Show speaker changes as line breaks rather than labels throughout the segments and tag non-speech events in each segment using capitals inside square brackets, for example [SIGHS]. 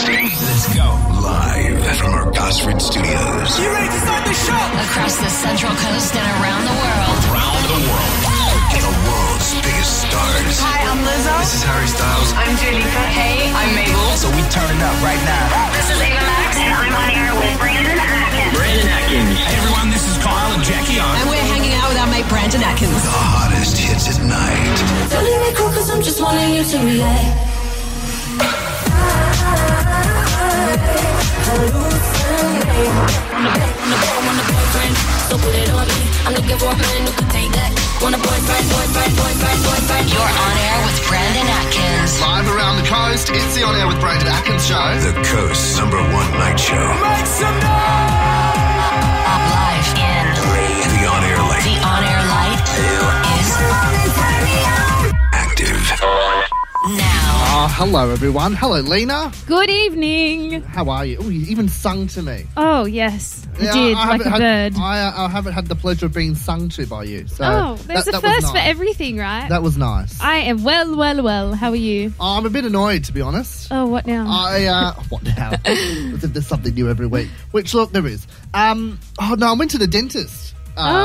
Let's go. Live from our Gosford studios.
You ready to start the show?
Across the Central Coast and around the world.
Around the world. Get the world's biggest stars.
Hi, I'm Lizzo.
This is Harry Styles.
I'm Julie Hey, I'm Mabel.
So we turn it up right now.
This is Ava Max, and I'm on air with Brandon Atkins.
Brandon Atkins. Hey everyone, this is Kyle and Jackie on
And we're hanging out with our mate Brandon Atkins.
the hottest hits at night.
Feeling me cool cause I'm just wanting you to react. So put it on me. I'm looking for a man who could take that. Want a boyfriend, boyfriend, boyfriend, boyfriend.
You're on air with Brandon Atkins.
Live around the coast, it's the On Air with Brandon Atkins show.
The coast's number one night show.
Make some noise.
Live in.
Three. The on air
The
light.
on air light
Active.
is now.
Oh, hello everyone. Hello Lena.
Good evening.
How are you? Oh, you even sung to me.
Oh yes, I
Yeah,
did
I
like a
haven't had-
bird.
I, uh, I haven't had the pleasure of being sung to by you. So
oh, there's
that-
a
that was
first for
nice.
everything, right?
That was nice. Ah,
I am well, well, well. How are you?
I'm a bit annoyed to be honest.
Oh, what now?
I uh, [LAUGHS] what now? As if there's something new every week. Which look there is. Um, oh no, I went to the dentist. Uh,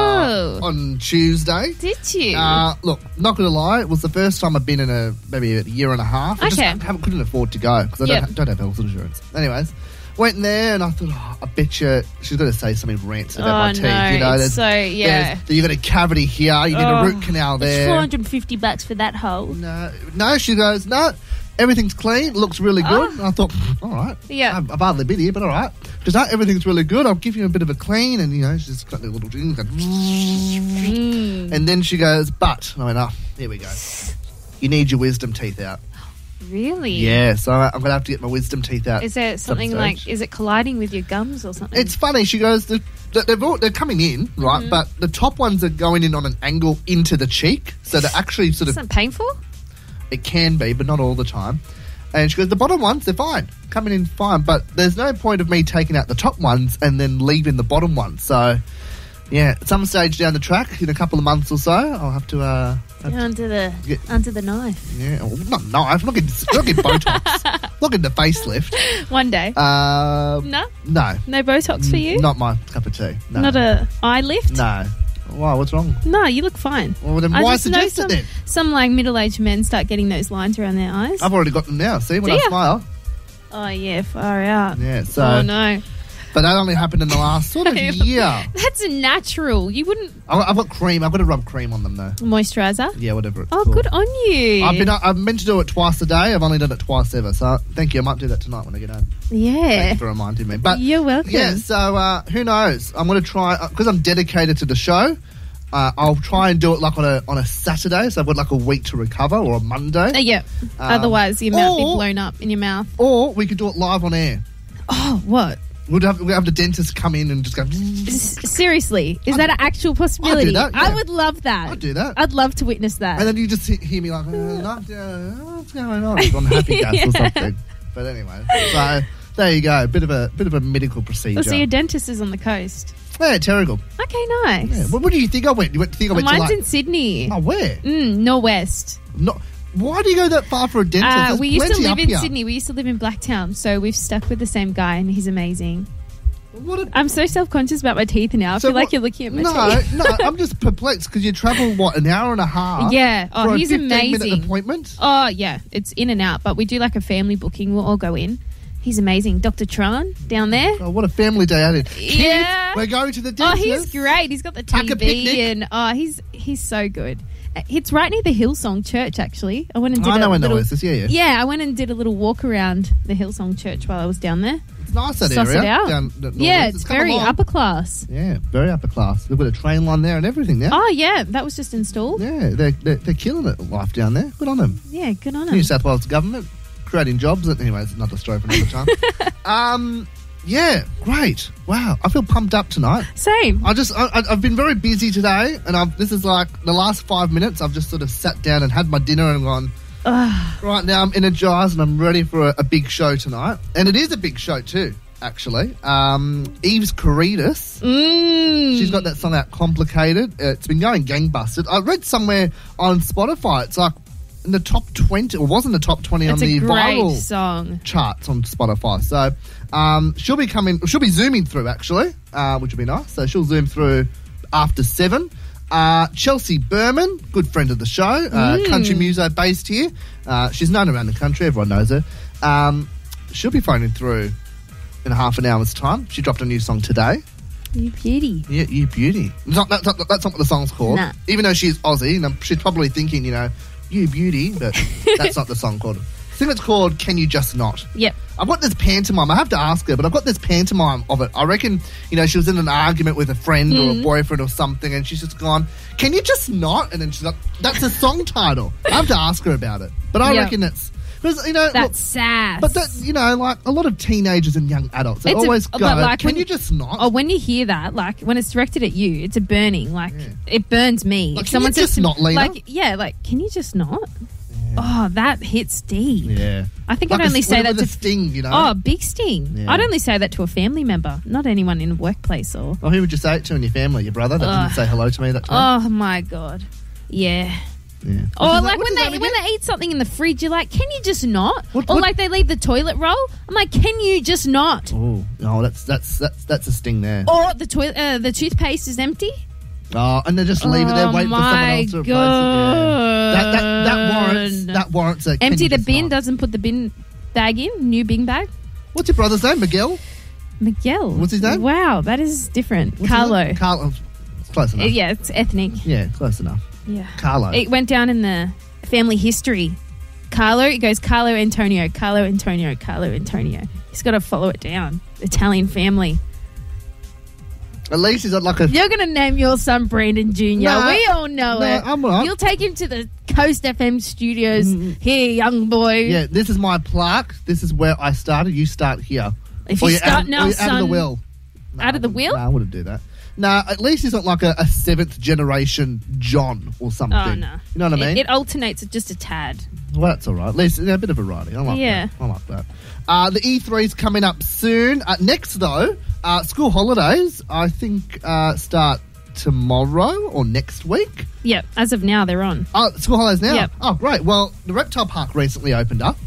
Oh.
on Tuesday.
did you?
Uh, look, not going to lie, it was the first time I've been in a maybe a year and a half. I
Okay.
just haven't, couldn't afford to go because I don't,
Yep.
ha- don't have health insurance. Anyways, went in there and I thought, oh, I bet you she's going to say something rancid about my
Oh,
teeth.
no,
you know, there's,
it's so- yeah.
there's- you got a cavity here, you need a
Oh,
root canal
it's
there.
450 bucks for that hole.
No, no, she goes, no, everything's clean, looks really good.
Oh.
And I thought, all right,
Yeah.
I've, I've hardly been here, but all right. Because no, everything's really good. I'll give you a bit of a clean, and you know, she's got the little thing,
Mm,
Mm. and then she goes, but and I went, oh, here we go. You need your wisdom teeth out.
Really?
Yeah, so I- I'm gonna have to get my wisdom teeth out.
Is there
some
something
stage.
like? Is it colliding with your gums or something?
It's funny. Mm-hmm. She goes, the, the, they're, all, they're coming in, right? But the top ones are going in on an angle into the cheek, so they're actually sort of
Isn't it painful?
It can be, but not all the time. And she goes, the bottom ones, they're fine, coming in fine, but there's no point of me taking out the top ones and then leaving the bottom ones. So, yeah, at some stage down the track, in a couple of months or so, I'll have to, uh, have to-
Under the
Yeah.
under the knife.
yeah, well, not knife, look at, look at
[LAUGHS]
Botox, look at the facelift.
One day.
Um,
no,
no,
no Botox for you.
not my cup of tea. No.
Not a eye lift.
No. Why, what's wrong?
No, you look fine.
Well, then
I
why
just know
suggest it
some,
then?
some like middle-aged men start getting those lines around their eyes.
I've already got them now, see, when
Do
I
ya?
smile.
Oh yeah, far out.
Yeah, so,
oh no,
but that only happened in the last
[LAUGHS]
sort of year.
that's a natural. You wouldn't
I- I've got cream. I've got to rub cream on them though.
moisturizer.
Yeah, whatever. It's
Oh,
called.
good on you.
I've been. I've meant to do it twice a day. I've only done it twice ever. So thank you. I might do that tonight when I get home. Thank
yeah,
you for reminding me. But
You're welcome.
Yeah. So uh, who knows? I'm going to try because I'm dedicated to the show. Uh, I'll try and do it like on a on a Saturday, so I've got like a week to recover, or a
Uh,
Monday,
yeah. Otherwise, your mouth
Um, or-
be blown up in your mouth.
or we could do it live on air.
Oh, what?
We'd have, we'd have the dentist come in and just go.
S- seriously, is that an actual possibility?
that, yeah.
I would love that.
I'd do that.
I'd love to witness that.
And then you just he- hear me
[LAUGHS]
like, uh, not, uh, what's going on? It's on happy gas or something. But anyway, so there you go. Bit of a bit of a medical procedure.
Oh, so your dentist is on the coast.
yeah, terrible.
Okay, nice.
Yeah. What, what do you think I went? You went- think I went
Mine's
to
in
like?
Sydney.
Oh, where?
Mm, Norwest.
Not. Why do you go that far for a dentist?
Uh,
There's
we used to
plenty up
live in
here.
Sydney. We used to live in Blacktown, so we've stuck with the same guy, and he's amazing.
What a,
I'm so self conscious about my teeth now. I
so
feel like
what-
you're looking at my
no,
teeth.
no.
[LAUGHS]
I'm just perplexed because you travel what an hour and a half.
Yeah. Oh,
for
he's
a 15 minute
amazing.
Appointment.
Oh yeah, it's in and out, but we do like a family booking. We'll all go in. He's amazing, Dr. Tran down there.
Oh, what a family day out here.
Yeah.
We're going to the
Oh,
dentist.
he's great. He's got the
Pack a picnic.
TV and oh, he's he's so good. Uh, It's right near the Hillsong Church, actually. I went and did
I
a
know, I know.
little,
It's this, yeah, yeah.
yeah, I went and did a little walk around the Hillsong Church while I was down there.
It's nice that
Suss
area.
it out.
down the-
yeah,
north.
it's,
come
very
along.
upper class.
Yeah, very upper class. They've got a train line there and everything there.
Oh yeah, that was just installed.
Yeah, they're, they're, they're killing it life down there. Good on them.
Yeah, good on
New
him.
South Wales government creating jobs. Anyway, it's another story for another
[LAUGHS]
time. um, yeah, great. Wow, I feel pumped up tonight.
Same.
I just I, I- I've been very busy today, and I've, this is like the last five minutes. I've just sort of sat down and had my dinner and gone. Right now, I'm energized and I'm ready for a, a big show tonight, and it is a big show too. Actually, um, Eve's Caritas.
Mm.
She's got that song out, Complicated. Uh, It's been going gangbusted. I read somewhere on Spotify, it's like in the top 20, or was in the top 20
It's
on
a
the
great
viral
song.
charts on Spotify. So um, she'll be coming, she'll be zooming through actually, uh, which will be nice. So she'll zoom through after seven. Uh, Chelsea Berman, good friend of the show, uh, country muso based here. Uh, she's known around the country, everyone knows her. Um, she'll be phoning through in half an hour's time. She dropped a new song today.
You beauty.
Yeah, you beauty. It's not- that's, not, that's not what the song's called.
Nah.
Even though she's Aussie, and I'm- she's probably thinking, you know, you beauty,
[LAUGHS]
but that's not the song called. I think it's called Can You Just Not.
Yep.
I've got this pantomime. I have to ask her, but I've got this pantomime of it. I reckon, you know, she was in an argument with a friend or
Mm-hmm.
a boyfriend or something, and she's just gone, Can you just not? And then she's like, That's a song title. I have to ask her about it. But I
Yeah.
reckon that's. Because, you know, look,
That's sass.
but that, you know, like a lot of teenagers and young adults, they
It's a-
always
but
go,
like
Can
when-
you just not?
Oh, when you hear that, like when it's directed at you, it's a burning. Like
Yeah.
it burns me.
Like,
If
can you
says
just
to me-
not, Lena?
Like yeah, like can you just not? Oh, that hits deep.
yeah.
I think
Like
I'd
a-
only say
with a-
that
with a
to
sting, you know.
oh big sting.
Yeah.
I'd only say that to a family member, not anyone in a workplace or.
Well, who would you say it to in your family? Your brother that didn't
Ugh.
say hello to me that time?
Oh my god, yeah.
yeah.
Or
Which is
like
which
when
is
they
only
when
good.
they eat something in the fridge, you're like, can you just not?
What-
or
what-
like they leave the toilet roll, I'm like, can you just not?
Oh, no, that's that's that's that's a sting there. Oh,
Or the toilet, uh, the toothpaste is empty.
and they just leave it there,
Oh
waiting for someone
my
else to replace it. Yeah. That, that, that warrants
God.
that warrants a can
Empty
you
the
just
bin
not?
doesn't put the bin bag in. New bin bag.
What's your brother's name? Miguel.
Miguel.
What's his name?
Wow, that is different.
What's his
Carlo.
name? Carlo. It's Close
Uh,
enough.
yeah, it's ethnic.
Yeah, close enough.
Yeah.
Carlo.
It went down in the family history. Carlo, it goes Carlo Antonio, Carlo Antonio, Carlo Antonio. He's got to follow it down. Italian family.
At least he's not like a.
You're going to name your son Brandon Jr.
No.
we all know
No,
it.
I'm not. Mm.
You'll take him to the Coast FM studios. Here, young boy.
Yeah, this is my plaque. This is where I started. You start here.
If
Or
you
you're
start
Oh, out, or you're
now,
out of the
son.
will. No,
Out of the
I wouldn't-
will?
No, I wouldn't do that. No, at least he's not like a, a seventh generation John or something.
Oh, no.
You know what I mean?
It, it alternates just a tad.
Well, that's all right. At least you know, a bit of variety. I like
Yeah.
that. I like that. Uh, the E3's coming up soon. Uh, next, though, uh, school holidays, I think, uh, start tomorrow or next week.
Yep, as of now, they're on.
Oh, school holidays now.
Yep.
Oh, great. Well, the Reptile Park recently opened up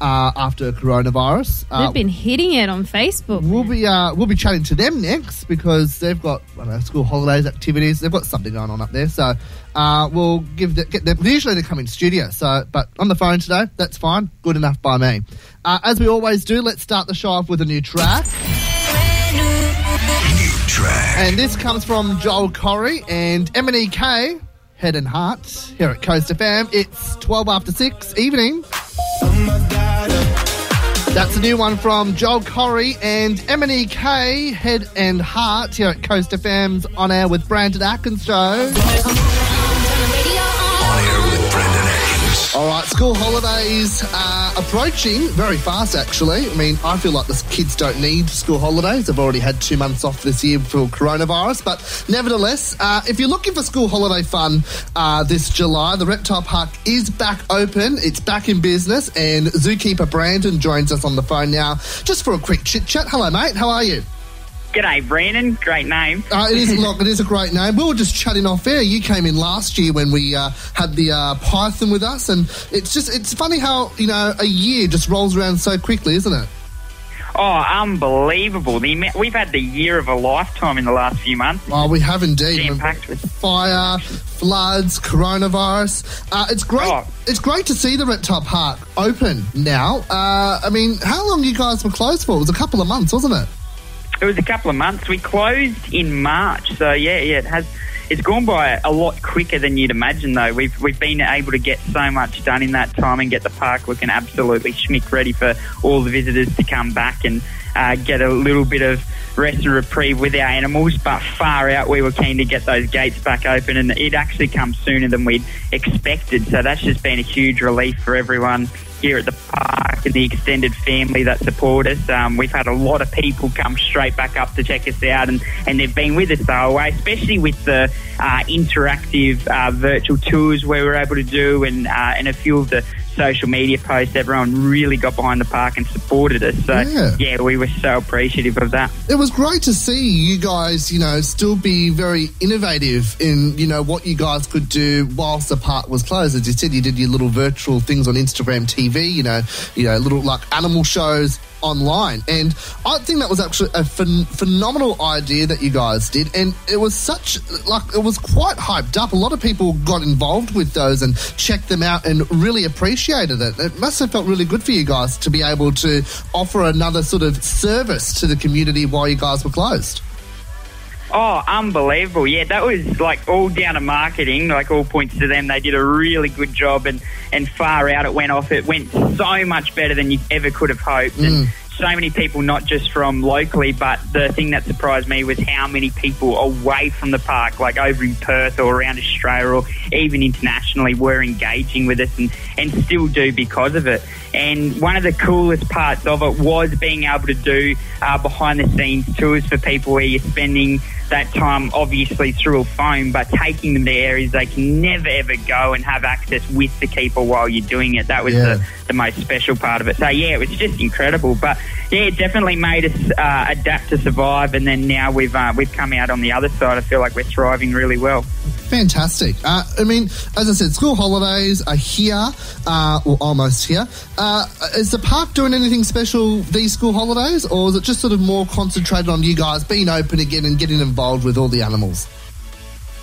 uh, after coronavirus. Uh,
They've been hitting it on Facebook.
We'll
man.
be uh, we'll be chatting to them next because they've got I don't know, school holidays, activities. They've got something going on up there, so uh, we'll give the, get them. Usually they come in studio, so but on the phone today, that's fine. Good enough by me. Uh, as we always do, let's start the show off with a new track,
New track.
and this comes from Joel Corry and Emily K. Head and Heart here at Coast FM. It's twelve after six evening. That's a new one from Joel Corry and Emily K, Head and Heart, here at Coast FM's On Air with Brandon Atkins show.
On air with Brendan Atkins.
All right, school holidays are approaching very fast, actually. I mean, I feel like the kids don't need school holidays. They've already had two months off this year for coronavirus. But nevertheless, uh, if you're looking for school holiday fun uh, this July, the Reptile Park is back open. It's back in business. And zookeeper Brandon joins us on the phone now just for a quick chit chat. Hello, mate. How are you?
G'day, Brandon. Great name.
Uh, it is look, it is a great name. We were just chatting off air. You came in last year when we uh, had the uh, Python with us, and it's just it's funny how you know a year just rolls around so quickly, isn't it?
Oh, unbelievable! The ima- we've had the year of a lifetime in the last few months.
Oh, we have indeed.
Jam packed with
Fire, floods, coronavirus. Uh, it's great.
Oh.
It's great to see the Reptile Park open now. Uh, I mean, how long you guys were closed for? It was a couple of months, wasn't it?
it was a couple of months. We closed in March, so yeah, yeah, it has. It's gone by a lot quicker than you'd imagine, though. We've we've been able to get so much done in that time and get the park looking absolutely schmick ready for all the visitors to come back and uh, get a little bit of rest and reprieve with our animals. But far out, we were keen to get those gates back open, and it actually come sooner than we'd expected. So that's just been a huge relief for everyone here at the park and the extended family that support us. Um, we've had a lot of people come straight back up to check us out, and, and they've been with us the whole way, especially with the uh, interactive uh, virtual tours we were able to do, and uh, and a few of the social media posts, everyone really got behind the park and supported us. So,
Yeah.
yeah we were so appreciative of that.
It was great to see you guys, you know, still be very innovative in, you know, what you guys could do whilst the park was closed. As you said, you did your little virtual things on Instagram TV, you know, you know, little like animal shows online. And I think that was actually a phen- phenomenal idea that you guys did. And it was such, like, it was quite hyped up. A lot of people got involved with those and checked them out and really appreciated it. It must have felt really good for you guys to be able to offer another sort of service to the community while you guys were closed.
Oh, unbelievable. Yeah, that was like all down to marketing, like all points to them. They did a really good job and, and far out it went off. It went so much better than you ever could have hoped. And so many people, not just from locally, but the thing that surprised me was how many people away from the park, like over in Perth or around Australia or even internationally, were engaging with us and, and still do because of it. And one of the coolest parts of it was being able to do uh, behind the scenes tours for people where you're spending that time obviously through a phone, but taking them to areas they can never ever go and have access with the keeper while you're doing it. That was
Yeah.
the, the most special part of it. So yeah, it was just incredible. But yeah, it definitely made us uh, adapt to survive, and then now we've uh, we've come out on the other side. I feel like we're thriving really well.
Fantastic. Uh, I mean, as I said, school holidays are here, uh, or almost here. Uh, is the park doing anything special these school holidays, or is it just sort of more concentrated on you guys being open again and getting involved with all the animals?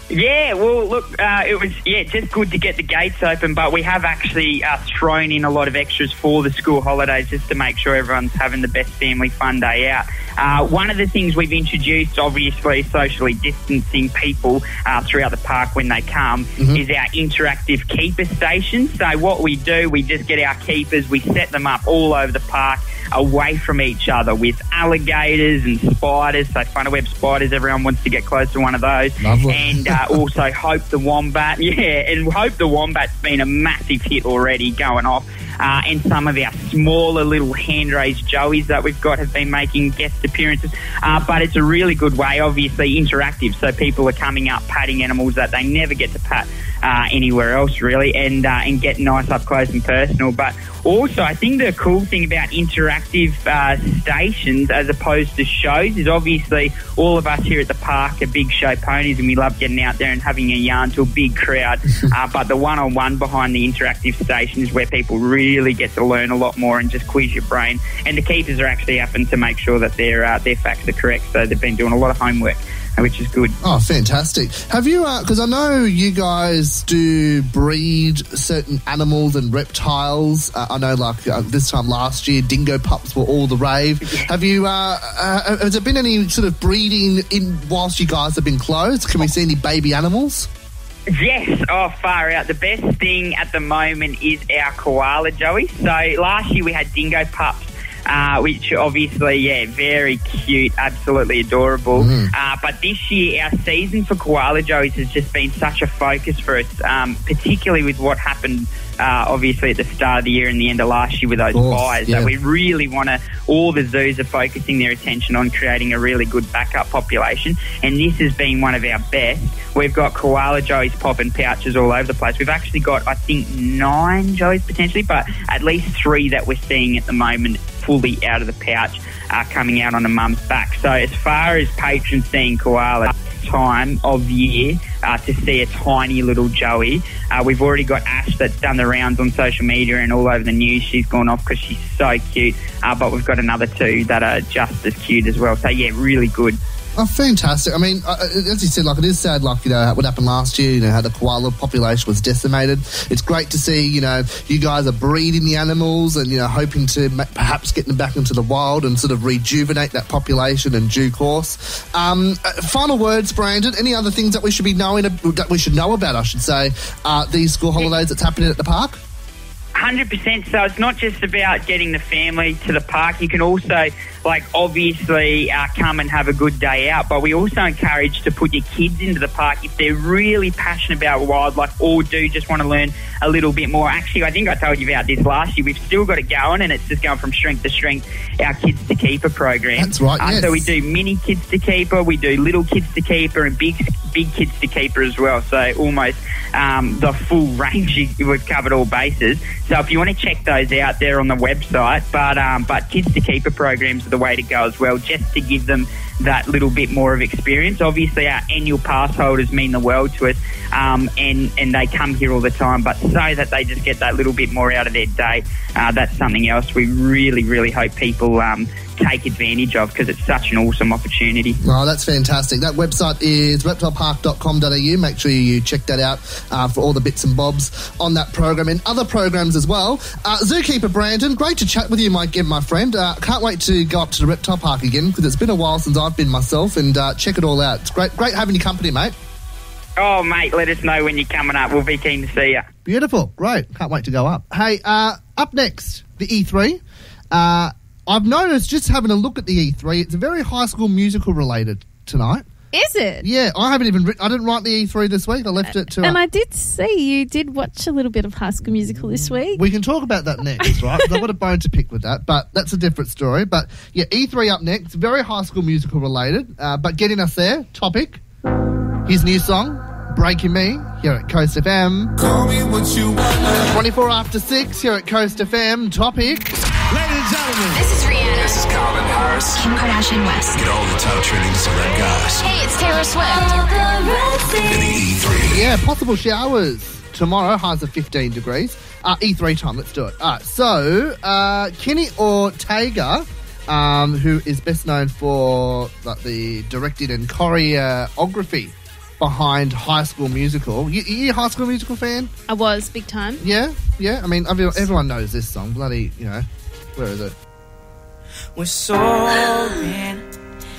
Yeah, well, look, uh, it was yeah, just good to get the gates open, but we have actually uh, thrown in a lot of extras for the school holidays just to make sure everyone's having the best family fun day out. Uh, one of the things we've introduced, obviously, socially distancing people uh, throughout the park when they come, is our interactive keeper station. So what we do, we just get our keepers, we set them up all over the park away from each other with alligators and spiders. So funnel web spiders, everyone wants to get close to one of those.
Lovely.
And and uh, also Hope the Wombat. [LAUGHS] Yeah, and Hope the Wombat's been a massive hit already going off. Uh, and some of our smaller little hand raised joeys that we've got have been making guest appearances. Uh, but it's a really good way, obviously, interactive. So people are coming up patting animals that they never get to pat uh, anywhere else, really, and, uh, and get nice up close and personal. But also, I think the cool thing about interactive uh, stations as opposed to shows is obviously all of us here at the park are big show ponies and we love getting out there and having a yarn to a big crowd. uh, but the one on one behind the interactive station is where people really get to learn a lot more and just quiz your brain. And the keepers are actually happen to make sure that their, uh, their facts are correct. So they've been doing a lot of homework, uh, which is good.
Oh, fantastic. Have you, because I know you guys do breed certain animals and reptiles. Uh, I know, like, uh, this time last year, dingo pups were all the rave. Have you, uh, uh, has there been any sort of breeding in whilst you guys have been closed? Can we see any baby animals?
Yes, oh, far out. The best thing at the moment is our koala, Joey. So last year we had dingo pups. Uh, which obviously, yeah, very cute, absolutely adorable.
Mm.
Uh, but this year, our season for koala joeys has just been such a focus for us, um, particularly with what happened, uh, obviously, at the start of the year and the end of last year with those
course,
fires.
yeah.
That we really want to, all the zoos are focusing their attention on creating a really good backup population, and this has been one of our best. We've got koala joeys popping pouches all over the place. We've actually got, I think, nine joeys potentially, but at least three that we're seeing at the moment fully out of the pouch uh, coming out on a mum's back. So, as far as patrons seeing koala, time of year uh, to see a tiny little Joey. Uh, we've already got Ash that's done the rounds on social media and all over the news. She's gone off because she's so cute. Uh, but we've got another two that are just as cute as well. So, yeah, really good.
Oh, fantastic. I mean, uh, as you said, like, it is sad, like, you know, what happened last year, you know, how the koala population was decimated. It's great to see, you know, you guys are breeding the animals and, you know, hoping to ma- perhaps get them back into the wild and sort of rejuvenate that population in due course. Um, uh, final words, Brandon. Any other things that we should be knowing, ab- that we should know about, I should say, uh, these school holidays that's happening at the park?
Hundred percent. So it's not just about getting the family to the park. You can also, like, obviously uh, come and have a good day out. But we also encourage to put your kids into the park if they're really passionate about wildlife or do just want to learn a little bit more. Actually, I think I told you about this last year. We've still got it going, and it's just going from strength to strength. Our kids to keeper program.
That's right,
Uh,
yes.
So we do mini kids to keeper, we do little kids to keeper, and big big kids to keeper as well. So almost um, the full range. We've covered all bases. So So if you want to check those out, they're on the website. But um, but Kids to Keeper programs are the way to go as well, just to give them that little bit more of experience. Obviously, our annual pass holders mean the world to us, um, and and they come here all the time. But so that they just get that little bit more out of their day, uh, that's something else we really really hope people um, take advantage of because it's such an awesome opportunity.
Oh, that's fantastic. That website is reptilepark.com.au. Make sure you check that out uh, for all the bits and bobs on that program and other programs as well. Uh, Zookeeper Brandon, great to chat with you, Mike, again, my friend. Uh, can't wait to go up to the Reptile Park again because it's been a while since I've been myself and uh, check it all out. It's great, great having your company, mate.
Oh mate, let us know when you're coming up. We'll be keen to see you.
Beautiful. Great. Can't wait to go up. Hey, uh, up next, the E3. Uh, I've noticed just having a look at the E3, it's very high school musical related tonight.
Is it?
Yeah, I haven't even written. I didn't write the E3 this week. I left it to.
And I did see you did watch a little bit of High School Musical this week.
we can talk about that next, right? 'Cause I've got a bone to pick with that, but that's a different story. But yeah, E3 up next, very high school musical related, uh, but getting us there, topic. His new song, Breaking Me, here at Coast FM.
Call me what you want.
24 after 6, here at Coast FM, topic.
Ladies and gentlemen,
This is Rihanna.
this is Colin Harris.
Kim Kardashian West.
Get all the top trending celeb guys
Hey, it's Taylor Swift.
in the E3.
Yeah, possible showers tomorrow. Highs of 15 degrees. Uh, E3 time. Let's do it. All right. So, uh, Kenny Ortega, um, who is best known for like the directed and choreography behind High School Musical. You, you a High School Musical fan?
I was big time.
Yeah, yeah. I mean, everyone, everyone knows this song. Bloody, you know, where is it?
We're soaring,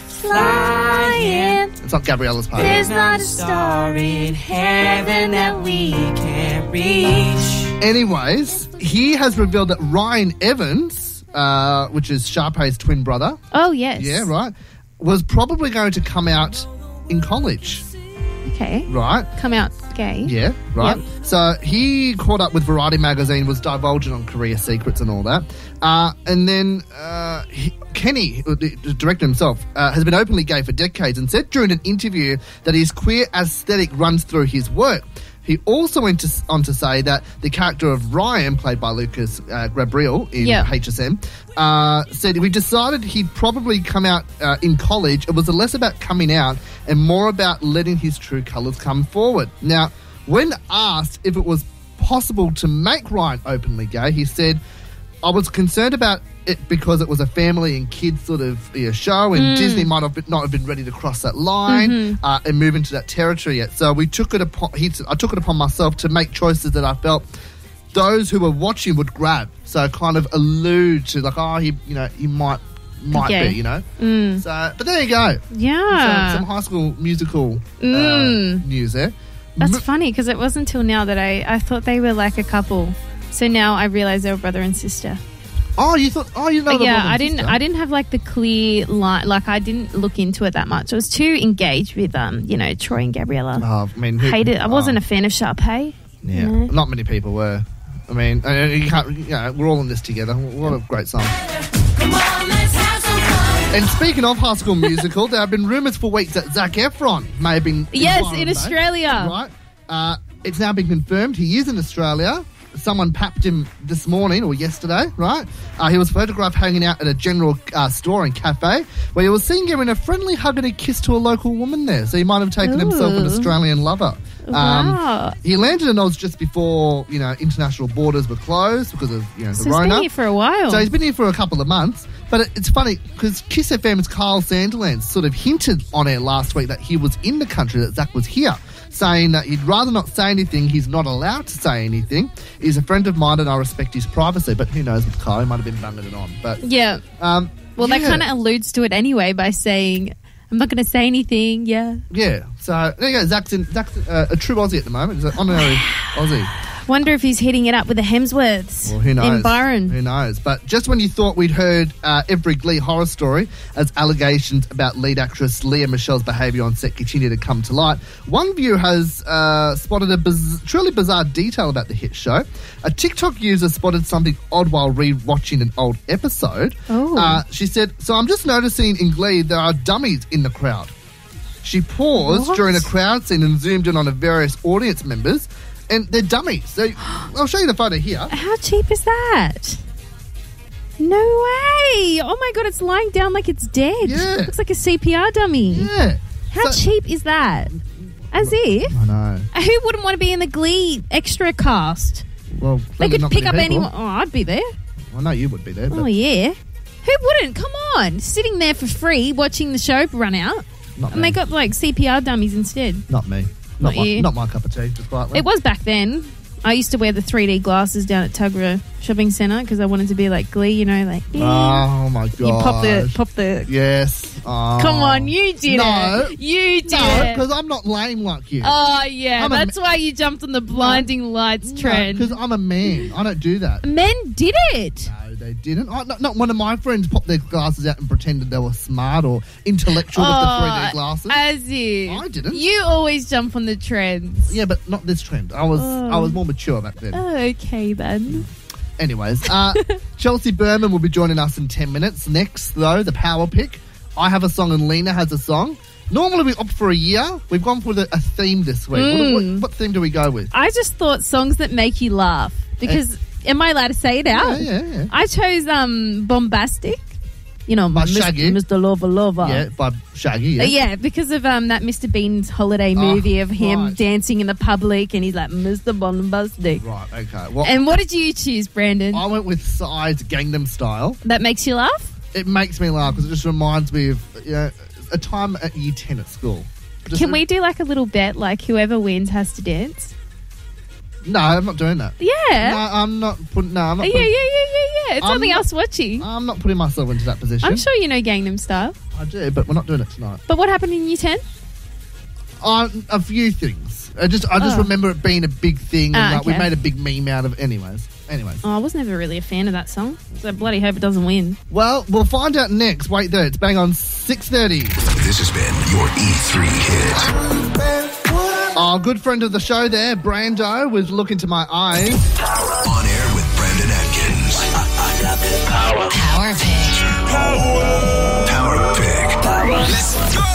flying.
It's not Gabriella's part.
There's not a star in heaven that we can't reach.
Anyways, he has revealed that Ryan Evans, uh, which is Sharpay's twin brother,
Oh yes.
Yeah, right. Was probably going to come out in college,
Okay.
right?
Come out gay.
Yeah, right. So he caught up with Variety magazine, was divulging on career secrets and all that. Uh, and then uh, he, Kenny, uh, the the director himself, uh, has been openly gay for decades and said during an interview that his queer aesthetic runs through his work. He also went to, on to say that the character of Ryan, played by Lucas uh, Gabriel in
Yeah.
HSM, uh, said we decided he'd probably come out uh, in college. It was less about coming out and more about letting his true colours come forward. Now, when asked if it was possible to make Ryan openly gay, he said, "I was concerned about." It because it was a family and kids sort of you know, show, and Disney might have been, not have been ready to cross that line uh, and move into that territory yet. So we took it upon he, said, I took it upon myself to make choices that I felt those who were watching would grab. So kind of allude to like, oh, he, you know, he might, might
Okay. Mm. Ah.
be, you know. So, but there you go.
Yeah.
Some, some high school musical uh, news there.
Mm. That's
M-
funny because it wasn't until now that I, I thought they were like a couple. So now I realize they were brother and sister.
oh, you thought? Oh, you know.
But
the
yeah,
brother and
I didn't
sister.
I didn't have like the clear line like I didn't look into it that much. I was too engaged with um, you know, Troy and Gabriella.
Oh, I mean, who-
Hated I wasn't
oh,
a fan of Sharpay.
yeah,
no.
not many people were. I mean, uh, you can't. You know, we're all in this together. What a great song.
Come on, let's have some fun.
And speaking of High School Musical, there have been rumours for weeks that Zach Efron may have been.
Yes,
inquiring
in
about-
Australia.
Right. Uh, it's now been confirmed he is in Australia. Someone papped him this morning or yesterday, right? Uh, he was photographed hanging out at a general uh, store and cafe where he was seen giving a friendly hug and a kiss to a local woman there. So he might have taken himself an
Ooh.
Australian lover. Um,
Wow.
He landed in Oz just before, you know, international borders were closed because of, you know, the
So it's
Rona.
been here for a while.
So he's been here for a couple of months. But it, it's funny because Kiss FM's Carl Sanderland sort of hinted on air last week that he was in the country, that Zach was here, saying that he'd rather not say anything. He's not allowed to say anything. He's a friend of mine and I respect his privacy. But who knows with Carl? He might have been bunging it on. But
yeah.
um,
Well
yeah.
that kinda alludes to it anyway by saying I'm not gonna say anything, yeah.
yeah. So there you go. Zach's, in, Zach's uh, a true Aussie at the moment. He's an honorary Aussie.
Wonder if he's hitting it up with the Hemsworths
Well, who knows?
in Byron.
Who knows? But just when you thought we'd heard uh, every Glee horror story, as allegations about lead actress Leah Michelle's behaviour on set continue to come to light, one viewer has uh, spotted a biz- truly bizarre detail about the hit show. A TikTok user spotted something odd while re-watching an old episode.
Oh.
Uh, she said, "So I'm just noticing in Glee there are dummies in the crowd." She paused
What?
during a crowd scene and zoomed in on the various audience members. and they're dummies. They, [GASPS] I'll show you the photo here.
How cheap is that? No way! Oh my god, it's lying down like it's dead.
Yeah.
Looks like a CPR dummy.
Yeah.
How
So-
cheap is that? As if
I know.
who wouldn't want to be in the Glee extra cast?
Well,
They
maybe
could
not
pick
many people.
up anyone. Oh, I'd be there.
I know you would be there, but
Oh yeah. Who wouldn't? Come on, sitting there for free watching the show run out,
not
and
me.
they got like CPR dummies instead.
not me.
Not
Not, my,
you.
not my cup of tea, just quietly.
It was back then. I used to wear the 3D glasses down at Tugra Shopping Centre because I wanted to be like Glee, you know, like yeah.
Oh my god!
you pop the pop the.
Yes. Oh.
Come on, you did
No.
it. You did
No,
it.
because I'm not lame like you.
Oh yeah,
I'm a
that's why you jumped on the blinding lights trend.
Because I'm a man. I don't do that.
Men did it.
No, they didn't. I, not, not one of my friends popped their glasses out and pretended they were smart or intellectual
Oh,
with the 3D glasses.
As you.
I didn't.
You always jump on the trends.
yeah, but not this trend. I was I
Oh.
was more mature back then.
Okay then.
Anyways,
[LAUGHS]
uh, Chelsea Berman will be joining us in 10 minutes. Next, though, the power pick. I have a song and Lena has a song. Normally, we opt for a year. We've gone for the, a theme this week. What- What,
Hmm.
what theme do we go with?
I just thought songs that make you laugh because am I allowed to say it out?
Eh. Yeah, yeah, yeah.
I chose um bombastic. You know,
By
Mr.
Shaggy.
Mr. Lover Lover.
Yeah, by Shaggy. Yeah.
Uh, yeah, because of um, that Mr. Bean's holiday
Oh,
movie of him
right.
dancing in the public, and he's like Mr. Bombastic.
Right, okay. Well,
And what did you choose, Brandon?
I went with Psy's Gangnam Style.
that makes you laugh?
It makes me laugh because it just reminds me of you know, a time at year 10 at school. Just-
Can we do like a little bet? Like whoever wins has to dance.
No, I'm not doing that. No,
Yeah.
I'm not putting. No, I'm not.
yeah, yeah, yeah,
Putting,
yeah, yeah. It's
I'm
something
not-
else watching.
I'm not putting myself into that position.
I'm sure you know Gangnam Style.
I do, but we're not doing it tonight.
But what happened in Year Ten?
on a few things. I just I just
Oh.
remember it being a big thing. and,
Ah,
like, We
okay.
made a big meme out of it. Anyways, anyways.
Oh, I was never really a fan of that song. So I bloody hope it doesn't win.
Well, we'll find out next. Wait there. It's bang on six thirty.
This has been your E3 hit.
Our good friend of the show there, Brando, was look into my eyes.
On air with Brandon Atkins.
Power pick.
Power pick.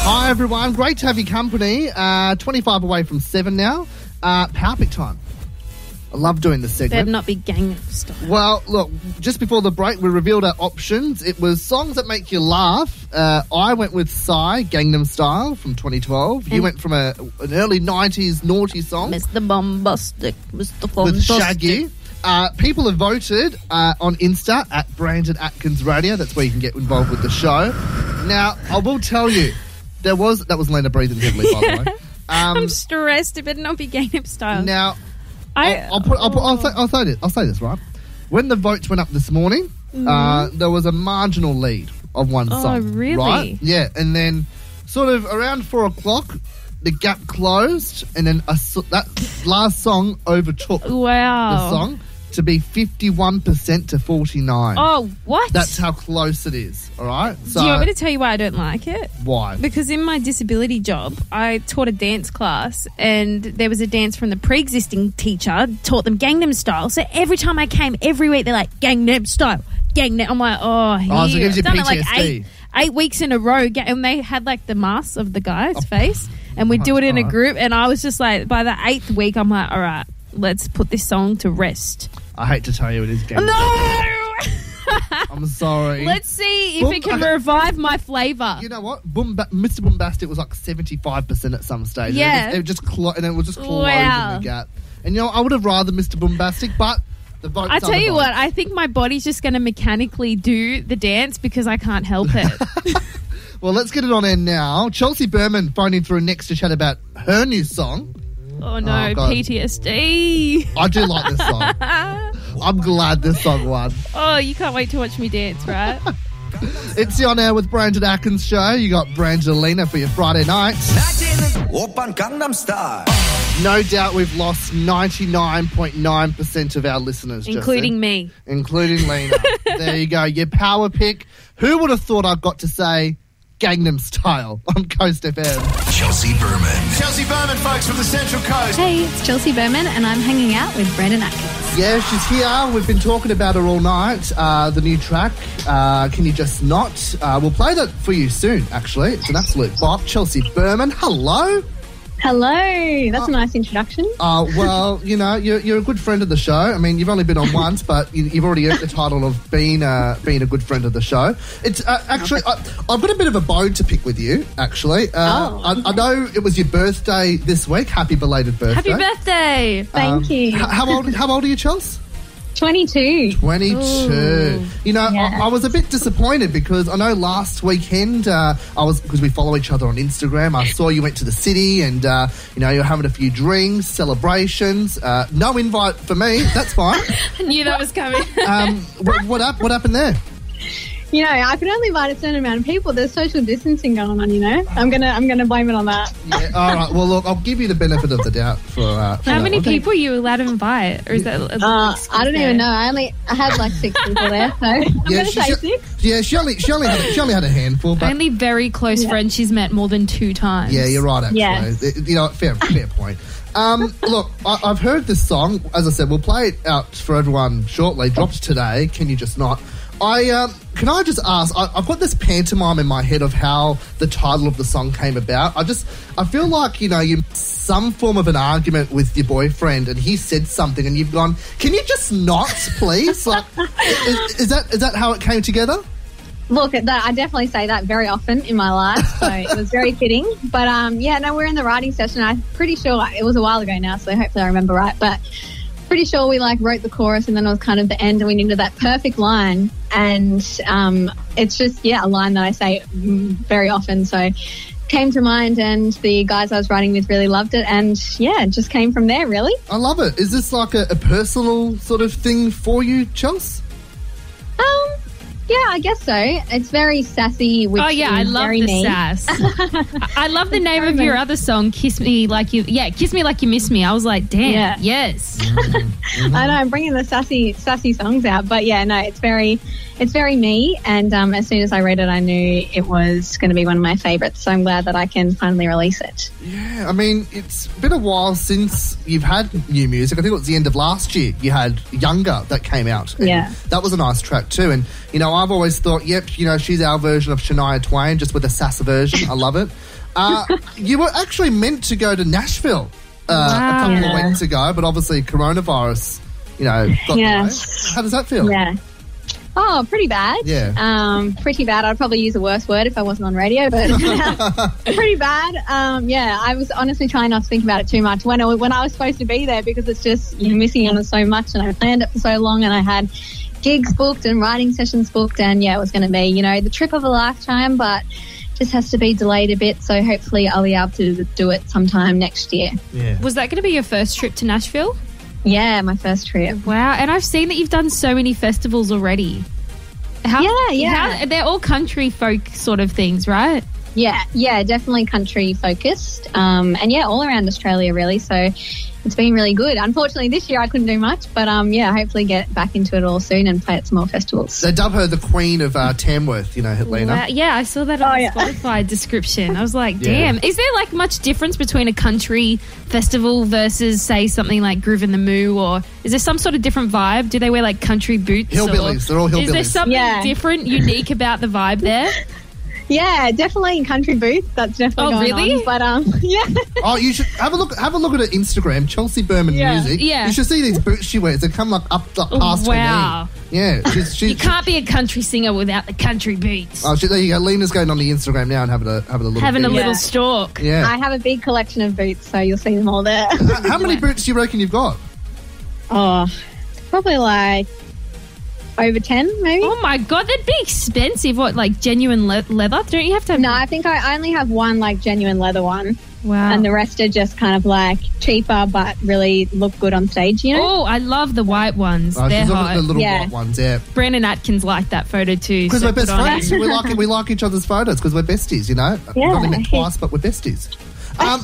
Hi everyone, great to have your company. Uh, Twenty five away from seven now. Uh, power pick time. I love doing this segment.
Better not be Gangnam Style.
Well, look, just before the break, we revealed our options. It was songs that make you laugh. Uh, I went with Psy, Gangnam Style from 2012. you
And-
went from a, an early 90s naughty song
Mr. Bombastic, Mr.
with
Bombastic.
Shaggy. Uh, people have voted uh, on Insta at Brandon Atkins Radio. That's where you can get involved with the show. Now, I will tell you, there was that was Lena breathing heavily, by the
[LAUGHS]
way. Um,
I'm stressed. It better not be Gangnam Style.
now,
I,
I'll, I'll put. I'll, put I'll, say, I'll say this. I'll say this right. When the votes went up this morning, uh, there was a marginal lead of one
Mm-hmm. Oh,
song.
really?
Right? Yeah, and then sort of around four o'clock, the gap closed, and then a, so- that last song overtook
wow.
the song to be fifty-one percent to forty-nine.
Oh, what?
That's how close it is. All right. So
Do you want me to tell you why I don't like it?
why?
Because in my disability job, I taught a dance class, and there was a dance from the pre-existing teacher taught them Gangnam Style. So every time I came, every week they're like Gangnam Style, Gangnam. I'm like, oh, here.
so it gives you
I've done it like
PTSD.
eight, eight weeks in a row, ga- and they had like the mask of the guy's
Oh,
face, and we do it in a
alright.
group. And I was just like, by the eighth week, I'm like, all right, let's put this song to rest.
I hate to tell you, it is game.
No.
I'm sorry.
[LAUGHS] Let's see if
Well,
it can
I-
revive my flavour.
You know what? Boom, ba- Mr. Boombastic was like seventy five percent at some stage.
Yeah.
and it was just, it was just clo- and it was just closing
Wow.
the gap. And you know, I would have rather Mr. Boombastic, but the vote.
I tell you what, I think my body's just going to mechanically do the dance because I can't help
[LAUGHS]
it.
Well, let's get it on air now. Chelsea Berman phoning through next to chat about her new song.
oh no,
Oh, God.
PTSD.
I do like this
[LAUGHS]
song. I'm glad this song won.
Oh, you can't wait to watch me dance,
[LAUGHS]
right?
It's the on air with Brandon Atkins show. You got Brangelina for your Friday night. No doubt we've lost 99.9% of our listeners, Jesse.
Including me.
including Lena. there you go. Your power pick. Who would have thought I got to say Gangnam Style on Coast FM?
Chelsea Berman.
Chelsea Berman, folks, from the Central Coast.
Hey, it's Chelsea Berman, and I'm hanging out with Brandon Atkins.
Yeah, she's here. We've been talking about her all night. Uh, the new track, uh, Can You Just Not? Uh, we'll play that for you soon, actually. It's an absolute bop. Chelsea Berman, hello.
Hello. That's a nice introduction.
Uh, well,
[LAUGHS]
you know, you're, you're a good friend of the show. I mean, you've only been on once, but you, you've already earned the title of being a, being a good friend of the show. It's uh, actually, I, I've got a bit of a bone to pick with you, actually. Uh,
Oh.
I, I know it was your birthday this week. Happy belated birthday. Um,
Happy birthday. Um,
Thank you.
H- How old, how old are you, Chels?
22.
22. You know,
Yeah.
I, I was a bit disappointed because I know last weekend, uh, I was, because we follow each other on Instagram, I saw you went to the city and, uh, you know, you're having a few drinks, celebrations. Uh, no invite for me. That's fine.
I knew that was
[LAUGHS]
coming.
um, what, what, hap- what happened there?
You know, I could only invite a certain amount of people. There's social distancing going on, you know. I'm gonna I'm gonna blame it on that.
Yeah, all right. Well, look, I'll give you the benefit of the doubt for. Uh, for
How
that
many
one.
people are you allowed to invite? Or is that a-
Uh, I don't
excuse
even
there?
know. I only I had like six people there, so I'm
Yeah,
gonna
she,
say
she-
six.
yeah, she only, she only, had, she only had a handful, but
Only very close friends she's met more than two times.
Yeah, you're right. Actually,
Yeah.
It- you know, fair, fair point. Um, look, I, I've heard this song. As I said, we'll play it out for everyone shortly. Dropped today. Can you just not? I um, can I just ask? I, I've got this pantomime in my head of how the title of the song came about. I just I feel like you know you some form of an argument with your boyfriend, and he said something, and you've gone, "Can you just not, please?" Like, is, is that is that how it came together?
Look at that. I definitely say that very often in my life,
[LAUGHS]
so it was very fitting. But um, yeah, no, we're in the writing session. I'm pretty sure like, it was a while ago now, so hopefully I remember right. But pretty sure we like wrote the chorus, and then it was kind of the end, and we needed that perfect line. And um, it's just yeah, a line that I say mm, very often. So it came to mind, and the guys I was writing with really loved it, and yeah, it just came from there. Really.
I love it. Is this like a, a personal sort of thing for you, Chelsea?
Um, yeah, I guess so. It's very sassy. Which
Oh yeah,
is
I love
very
the [LAUGHS]
me.
sass. I- I love the name of your other song, "Kiss Me Like You." Yeah, "Kiss Me Like You Miss Me." I was like, damn,
Yeah.
yes.
I know I'm bringing the sassy sassy songs out, but yeah, no, it's very it's very me. And um, as soon as I read it, I knew it was going to be one of my favorites. So I'm glad that I can finally release it.
Yeah, I mean, it's been a while since you've had new music. I think it was the end of last year you had Younger that came out. and
Yeah.
That was a nice track too. And, you know, I've always thought, yep, you know, she's our version of Shania Twain, just with a sass version. I love it.
[LAUGHS]
Uh, you were actually meant to go to Nashville uh, a
Wow.
couple
Yeah.
of weeks ago, but obviously coronavirus, you know, got in the
Yeah.
way. How does that feel?
Yeah. Oh, pretty bad.
Yeah.
Um, pretty bad. I'd probably use a worse word if I wasn't on radio, but [LAUGHS] pretty bad. Um, yeah, I was honestly trying not to think about it too much when I, when I was supposed to be there because it's just you're missing on it so much, and I planned it for so long, and I had gigs booked and writing sessions booked, and yeah, it was going to be you know the trip of a lifetime, but just has to be delayed a bit. So hopefully, I'll be able to do it sometime next year.
[LAUGHS] Was that going to be your first trip to Nashville?
Yeah, my first trip.
Wow, and I've seen that you've done so many festivals already. How,
Yeah, yeah.
how- they're all country folk sort of things, right?
Yeah, yeah, definitely country focused. Um, and yeah, all around Australia, really. So it's been really good. Unfortunately, this year I couldn't do much, but um, yeah, hopefully get back into it all soon and play at some more festivals.
They dub her the queen of uh, Tamworth, you know, Helena.
Wow, yeah, I saw that on
Oh,
the
yeah.
Spotify [LAUGHS] description. I was like,
Yeah.
damn. Is there like much difference between a country festival versus, say, something like Groove in the Moo? Or is there some sort of different vibe? Do they wear like country boots? or-
Hillbillies, they're all
Is there
hillbillies.
something
Yeah.
different, unique about the vibe there?
Yeah, definitely in country booth. That's definitely
Oh,
going
really?
on. But um, [LAUGHS] yeah,
Oh, you should have a look. Have a look at her Instagram, Chelsea Berman
Yeah.
Music.
Yeah. Oh,
you should see these boots she wears. They come like up like, past
wow.
her knee. Yeah,
[LAUGHS]
she's, she's,
You can't be a country singer without the country boots.
Oh, she, there you go. Lena's going on the Instagram now and having a having a little.
Having a
dig.
little
Yeah.
stalk.
Yeah.
I have a big collection of boots, so you'll see them
[LAUGHS]
all there.
How- How many boots do you reckon you've got?
oh, probably like over 10, maybe?
Oh my god, that'd be expensive. What, like genuine le- leather? Don't you have to?
No, I think I only have one like genuine leather one,
Wow.
and the rest are just kind of like cheaper but really look good on stage, you know?
Oh, I love the white ones.
Oh,
They're
she's looking at
hot.
the little
Yeah.
white ones. Yeah,
Brandon Atkins liked that photo too.
because
so
we're best
good on him.
friends. we like we like each other's photos because we're besties. You know, we've
Yeah.
only met twice, but we're besties. Um,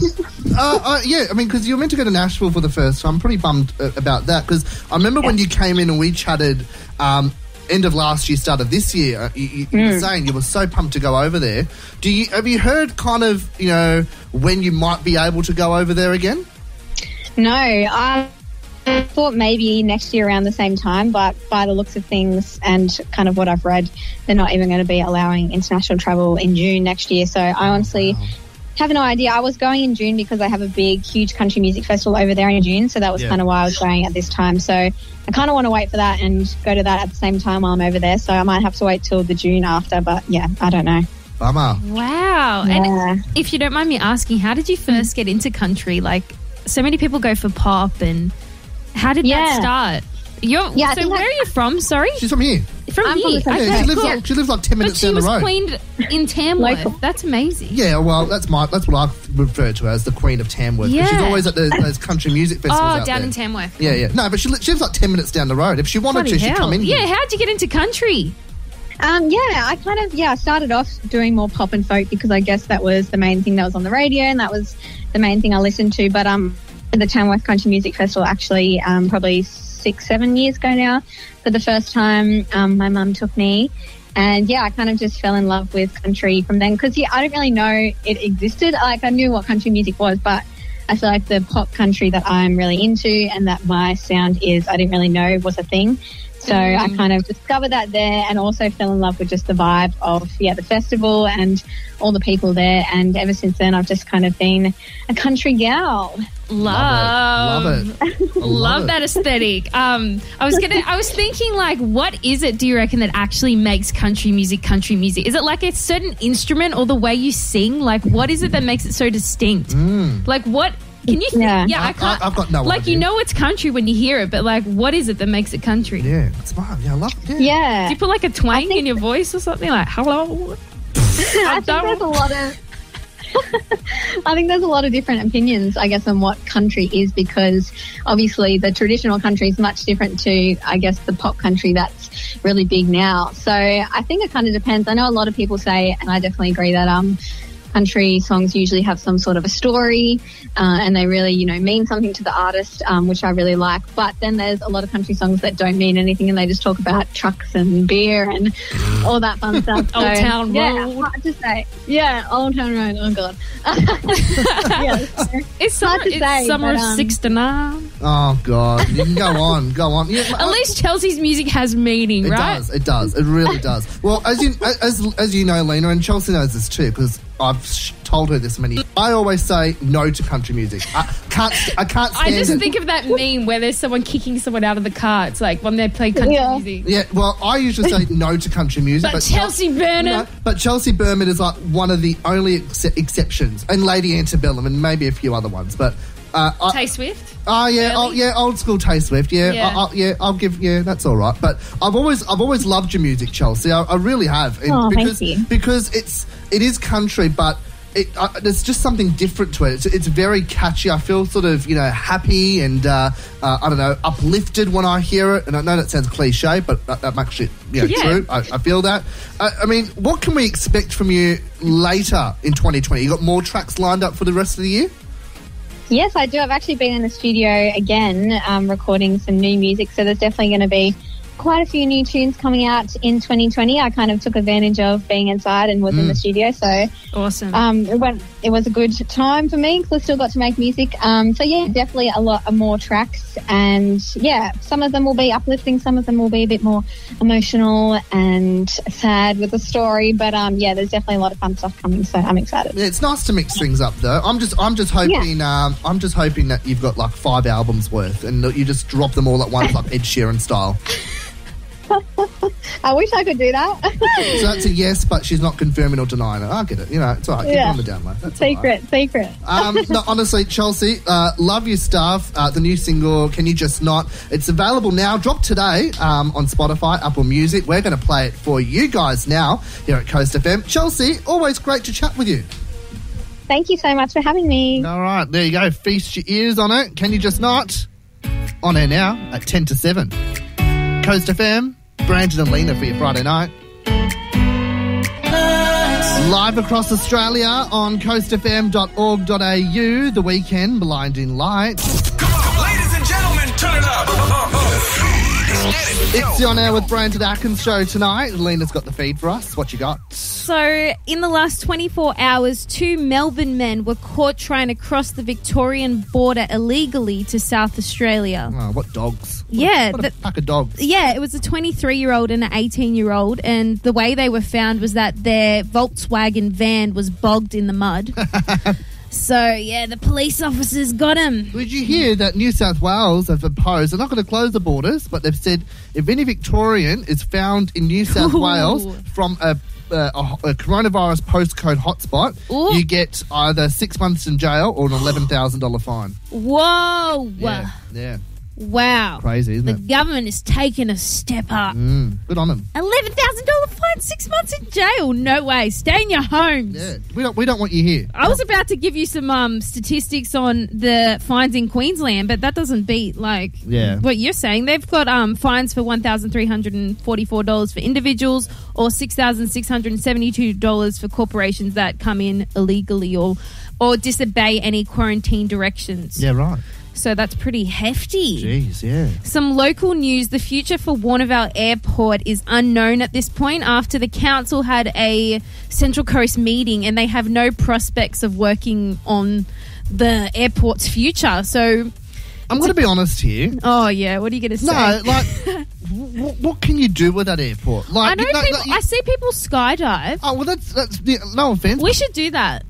uh, uh, yeah, I mean, because you were meant to go to Nashville for the first time. I'm pretty bummed uh, about that because I remember when you came in and we chatted um, end of last year, start of this year. uh, You, you, you were saying you were so pumped to go over there. Do you have you heard kind of you know when you might be able to go over there again?
No, I thought maybe next year around the same time, but by the looks of things and kind of what I've read, they're not even going to be allowing international travel in June next year. So I honestly have no idea. I was going in June because they have a big, huge country music festival over there in June, so that was
Yeah.
kind of why I was going at this time. So I kind of want to wait for that and go to that at the same time while I'm over there. So I might have to wait till the June after, but yeah, I don't know.
Bummer.
Wow.
Yeah.
And if you don't mind me asking, how did you first get into country? Like, so many people go for pop, and how did
Yeah.
that start? You're,
Yeah, I
so
think
where
I-
are you from? Sorry,
She's from here.
from
I'm from
here.
the
Yeah,
Okay,
she lives
cool.
like she lives like ten
But
minutes
she
down the
was
road.
queened in Tamworth.
Local.
That's amazing.
Yeah, well, that's my that's what I refer to her as the Queen of Tamworth. 'cause She's
Yeah.
always at the, those country music festivals.
Oh,
out
down
there.
in Tamworth.
Yeah, yeah. No, but she, li- she lives like ten minutes down the road. If she wanted
Bloody
to, she'd
hell.
come in.
yeah,
here.
how'd you get into country?
Um, yeah, I kind of yeah I started off doing more pop and folk because I guess that was the main thing that was on the radio and that was the main thing I listened to. But um, at the Tamworth Country Music Festival, actually, um, probably six seven years ago now, for the first time, um, my mum took me, and yeah, I kind of just fell in love with country from then because yeah, I didn't really know it existed. Like I knew what country music was, but I feel like the pop country that I'm really into and that my sound is, I didn't really know was a thing. So I kind of discovered that there and also fell in love with just the vibe of, yeah, the festival and all the people there. And ever since then, I've just kind of been a country gal.
Love,
love it. I Love,
[LAUGHS] Love
it.
that aesthetic. Um, I was gonna, I was thinking, like, what is it? Do you reckon that actually makes country music country music? Is it like a certain instrument or the way you sing? Like, what is it that makes it so distinct? Like, what can you? Think?
Yeah.
Yeah.
I-
I can't.
I- Mm. I've got no
Like,
idea.
you know, it's country when you hear it, but like, what is it that makes it country?
Yeah, it's fun. Yeah, I love it. Yeah.
Yeah.
Do you put like a twang in your voice or something? Like,
[LAUGHS]
hello.
I think there's a lot of. I think there's a lot of different opinions, I guess, on what country is because obviously the traditional country is much different to, I guess, the pop country that's really big now. So I think it kind of depends. I know a lot of people say, and I definitely agree that um, country songs usually have some sort of a story uh, and they really, you know, mean something to the artist, um, which I really like. But then there's a lot of country songs that don't mean anything and they just talk about trucks and beer and all that fun stuff.
[LAUGHS] Old Town
yeah,
Road.
hard to say. Yeah, Old Town Road. Oh, God. yeah, so-
It's summer.
Hard to
It's
say,
summer
but,
of
um,
six to nine.
Oh god, you can
[LAUGHS]
go on, go on. Yeah,
At least Chelsea's music has meaning,
Oh. It
right?
does. It does. It really does. Well, as you as as you know, Lena and Chelsea knows this too because I've sh- told her this many. I always say no to country music. I can't. st- I can't
I
stand
just
it.
think of that meme where there's someone kicking someone out of the car. It's like when they play country
Yeah.
music.
yeah. Well, I usually say no to country music,
But,
but,
Chelsea
you
Burnham,
know, but Chelsea Berman is like one of the only ex- exceptions, and Lady Antebellum, and maybe a few other ones. But uh, I,
Tay Swift.
Oh yeah, oh, yeah, old school Tay Swift. Yeah,
Yeah.
I, will yeah, I'll give. Yeah, that's all right. But I've always, I've always loved your music, Chelsea. I, I really have. And
Oh, thank
because,
you.
Because it's it is country, but it uh, there's just something different to it. It's, it's very catchy. I feel sort of you know happy and uh, uh, I don't know uplifted when I hear it. And I know that sounds cliche, but that, that makes it you know,
Yeah.
true. I, I feel that. Uh, I, I mean, what can we expect from you later in 2020? You got more tracks lined up for the rest of the year?
Yes, I do. I've actually been in the studio again, um, recording some new music. So there's definitely going to be quite a few new tunes coming out in 2020. I kind of took advantage of being inside and was in the studio, so
Awesome.
Uh,
um, it went. It was a good time for me because I still got to make music. Um, so yeah, definitely a lot more tracks, and yeah, some of them will be uplifting, some of them will be a bit more emotional and sad with the story. But um, yeah, there's definitely a lot of fun stuff coming, so I'm excited.
Yeah, it's nice to mix things up, though. I'm just, I'm just hoping, um, I'm just hoping that you've got like five albums worth, and that you just drop them all at once, like Ed Sheeran style.
I wish I could do that. [LAUGHS]
So that's a yes, but she's not confirming or denying it. I get it. You know, it's all right. Keep it
Yeah.
on the down low. That's all right.
secret, secret.
Um, no, honestly, Chelsea, uh, love your stuff. Uh, the new single, Can You Just Not? It's available now. Dropped today um, on Spotify, Apple Music. We're going to play it for you guys now here at Coast FM. Chelsea, always great to chat with you.
Thank you so much for having me.
All right, there you go. Feast your ears on it. Can you just not? On air now at 10 to 7. Coast FM, Brandon and Lena for your Friday night. Live across Australia on coastfm.org.au, the weekend, blinding lights.
Come on, ladies and gentlemen, turn it up. The feed Let's get it.
It's the On Air with Brian to the Atkins show tonight. Lena's got the feed for us. What you got?
So, in the last 24 hours, two Melbourne men were caught trying to cross the Victorian border illegally to South Australia.
Oh, what dogs?
Yeah,
What a
the-
pack of dogs.
Yeah, it was a 23 year old and an 18 year old, and the way they were found was that their Volkswagen van was bogged in
[LAUGHS]
the mud. so, yeah, the police officers got him.
Did you hear that New South Wales have proposed, they're not going to close the borders, but they've said if any Victorian is found in New South
Ooh.
Wales from a, a, a coronavirus postcode hotspot,
Ooh.
you get either six months in jail or an $11,000 fine.
Whoa!
Yeah. Yeah.
Wow.
Crazy, isn't
The
it?
government is taking a step up.
Mm. Good on them.
$11,000 fine, six months in jail. No way. Stay in your homes.
Yeah. We don't, we don't want you here.
I was about to give you some um, statistics on the fines in Queensland, but that doesn't beat like
Yeah.
what you're saying. They've got um, fines for one thousand three hundred and forty-four dollars for individuals, or six thousand six hundred and seventy-two dollars for corporations that come in illegally or or disobey any quarantine directions.
Yeah, right.
So that's pretty hefty.
Jeez, yeah.
Some local news. The future for Warnervale Airport is unknown at this point after the council had a Central Coast meeting and they have no prospects of working on the airport's future. So,
I'm going to be honest here.
oh yeah, what are you going to say?
No,
[LAUGHS]
like, w- what can you do with that airport? Like,
I know
you- no,
people,
no, you-
I see people skydive.
oh well, that's that's yeah, no offense.
We should do that.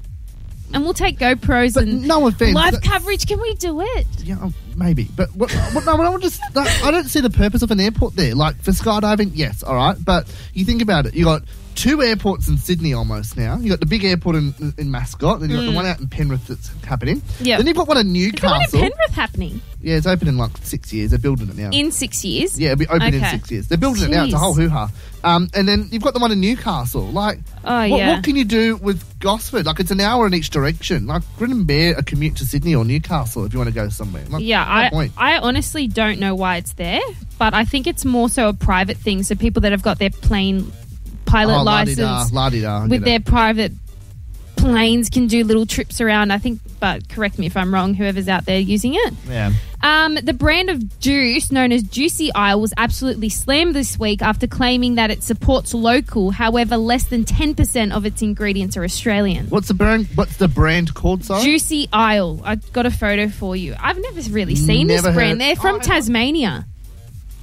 And we'll take GoPros
But
and
no offense,
live
but-
coverage. Can we do it?
yeah, oh, maybe, but what, what, no, I just that, I don't see the purpose of an airport there. Like for skydiving, yes, all right, but you think about it, you got two airports in Sydney almost now. You got the big airport in, in Mascot, then you got the one out in Penrith that's happening.
Mm. Yeah.
then you've got one in
Is the one in
Newcastle.
Penrith happening
yeah, it's open in like six years. They're building it now.
in six years?
yeah, it'll be open in
Okay.
six years. They're building it now. It's a
Jeez.
whole hoo ha. Um, and then you've got the one in Newcastle. Like,
Oh
What,
yeah.
what can you do with Gosford? Like it's an hour in each direction. Like couldn't bear a commute to Sydney or Newcastle if you want to go somewhere. Like,
Yeah,
no
I,
point.
I honestly don't know why it's there, but I think it's more so a private thing. So people that have got their plane pilot
Oh,
license
la-di-da, la-di-da, I get
with their
it.
private planes can do little trips around. I think, but correct me if I'm wrong. Whoever's out there using it.
yeah.
Um, the brand of juice known as Juicy Isle was absolutely slammed this week after claiming that it supports local. However, less than 10% of its ingredients are Australian.
What's the brand? What's the brand called? Sorry.
Juicy Isle. I got a photo for you. I've never really seen
Never
this
heard-
brand. They're from
Oh, I know.
Tasmania.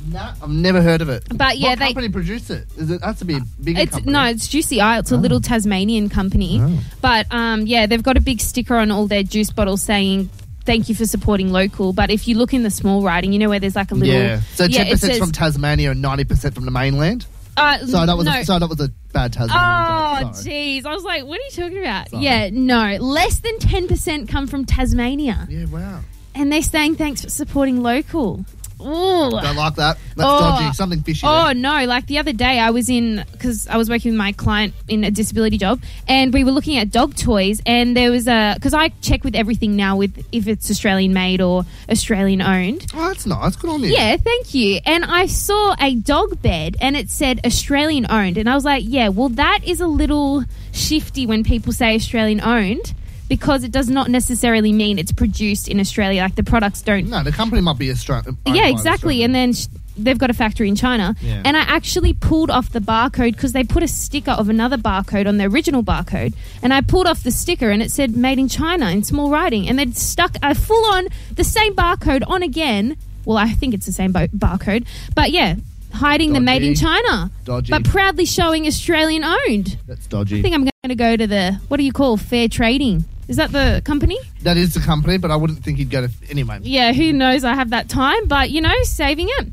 Nah, I've never heard of it.
But yeah,
what
they-
company produce it? Is it has to be a bigger
It's
company. Oh.
no, it's Juicy Isle. It's a little Tasmanian company. But um, yeah, they've got a big sticker on all their juice bottles saying "Thank you for supporting local." But if you look in the small writing, you know where there's like a little
Yeah. So ten
it
percent
says-
from Tasmania and ninety percent from the mainland.
uh,
So that was
no.
a, so that was a bad Tasmanian.
Oh
joke. Sorry.
jeez! I was like, "What are you talking about?"
Sorry.
Yeah, no, less than ten percent come from Tasmania,
Yeah. Wow.
and they're saying thanks for supporting local. Ooh,
Don't like that. That's
Oh.
dodgy. Something fishy.
Oh
there.
no! Like the other day, I was in because I was working with my client in a disability job, and we were looking at dog toys, and there was a because I check with everything now with if it's Australian made or Australian owned.
Oh, that's nice. Good on you.
Yeah, thank you. And I saw a dog bed, and it said Australian owned, and I was like, yeah, well that is a little shifty when people say Australian owned because it does not necessarily mean it's produced in Australia. Like the products don't
No, the company might be Australian.
yeah, exactly. And then sh- they've got a factory in China.
Yeah.
And I actually pulled off the barcode because they put a sticker of another barcode on the original barcode. And I pulled off the sticker and it said made in China in small writing. And they'd stuck a full on the same barcode on again. Well, I think it's the same bo- barcode. But yeah, hiding the made in
Dodgy.
China.
Dodgy.
But proudly showing Australian owned.
that's dodgy.
I think I'm going to go to the, what do you call, fair trading? Is that the company?
That is the company, but I wouldn't think he'd go to anyway.
yeah, who knows? I have that time, but you know, saving it.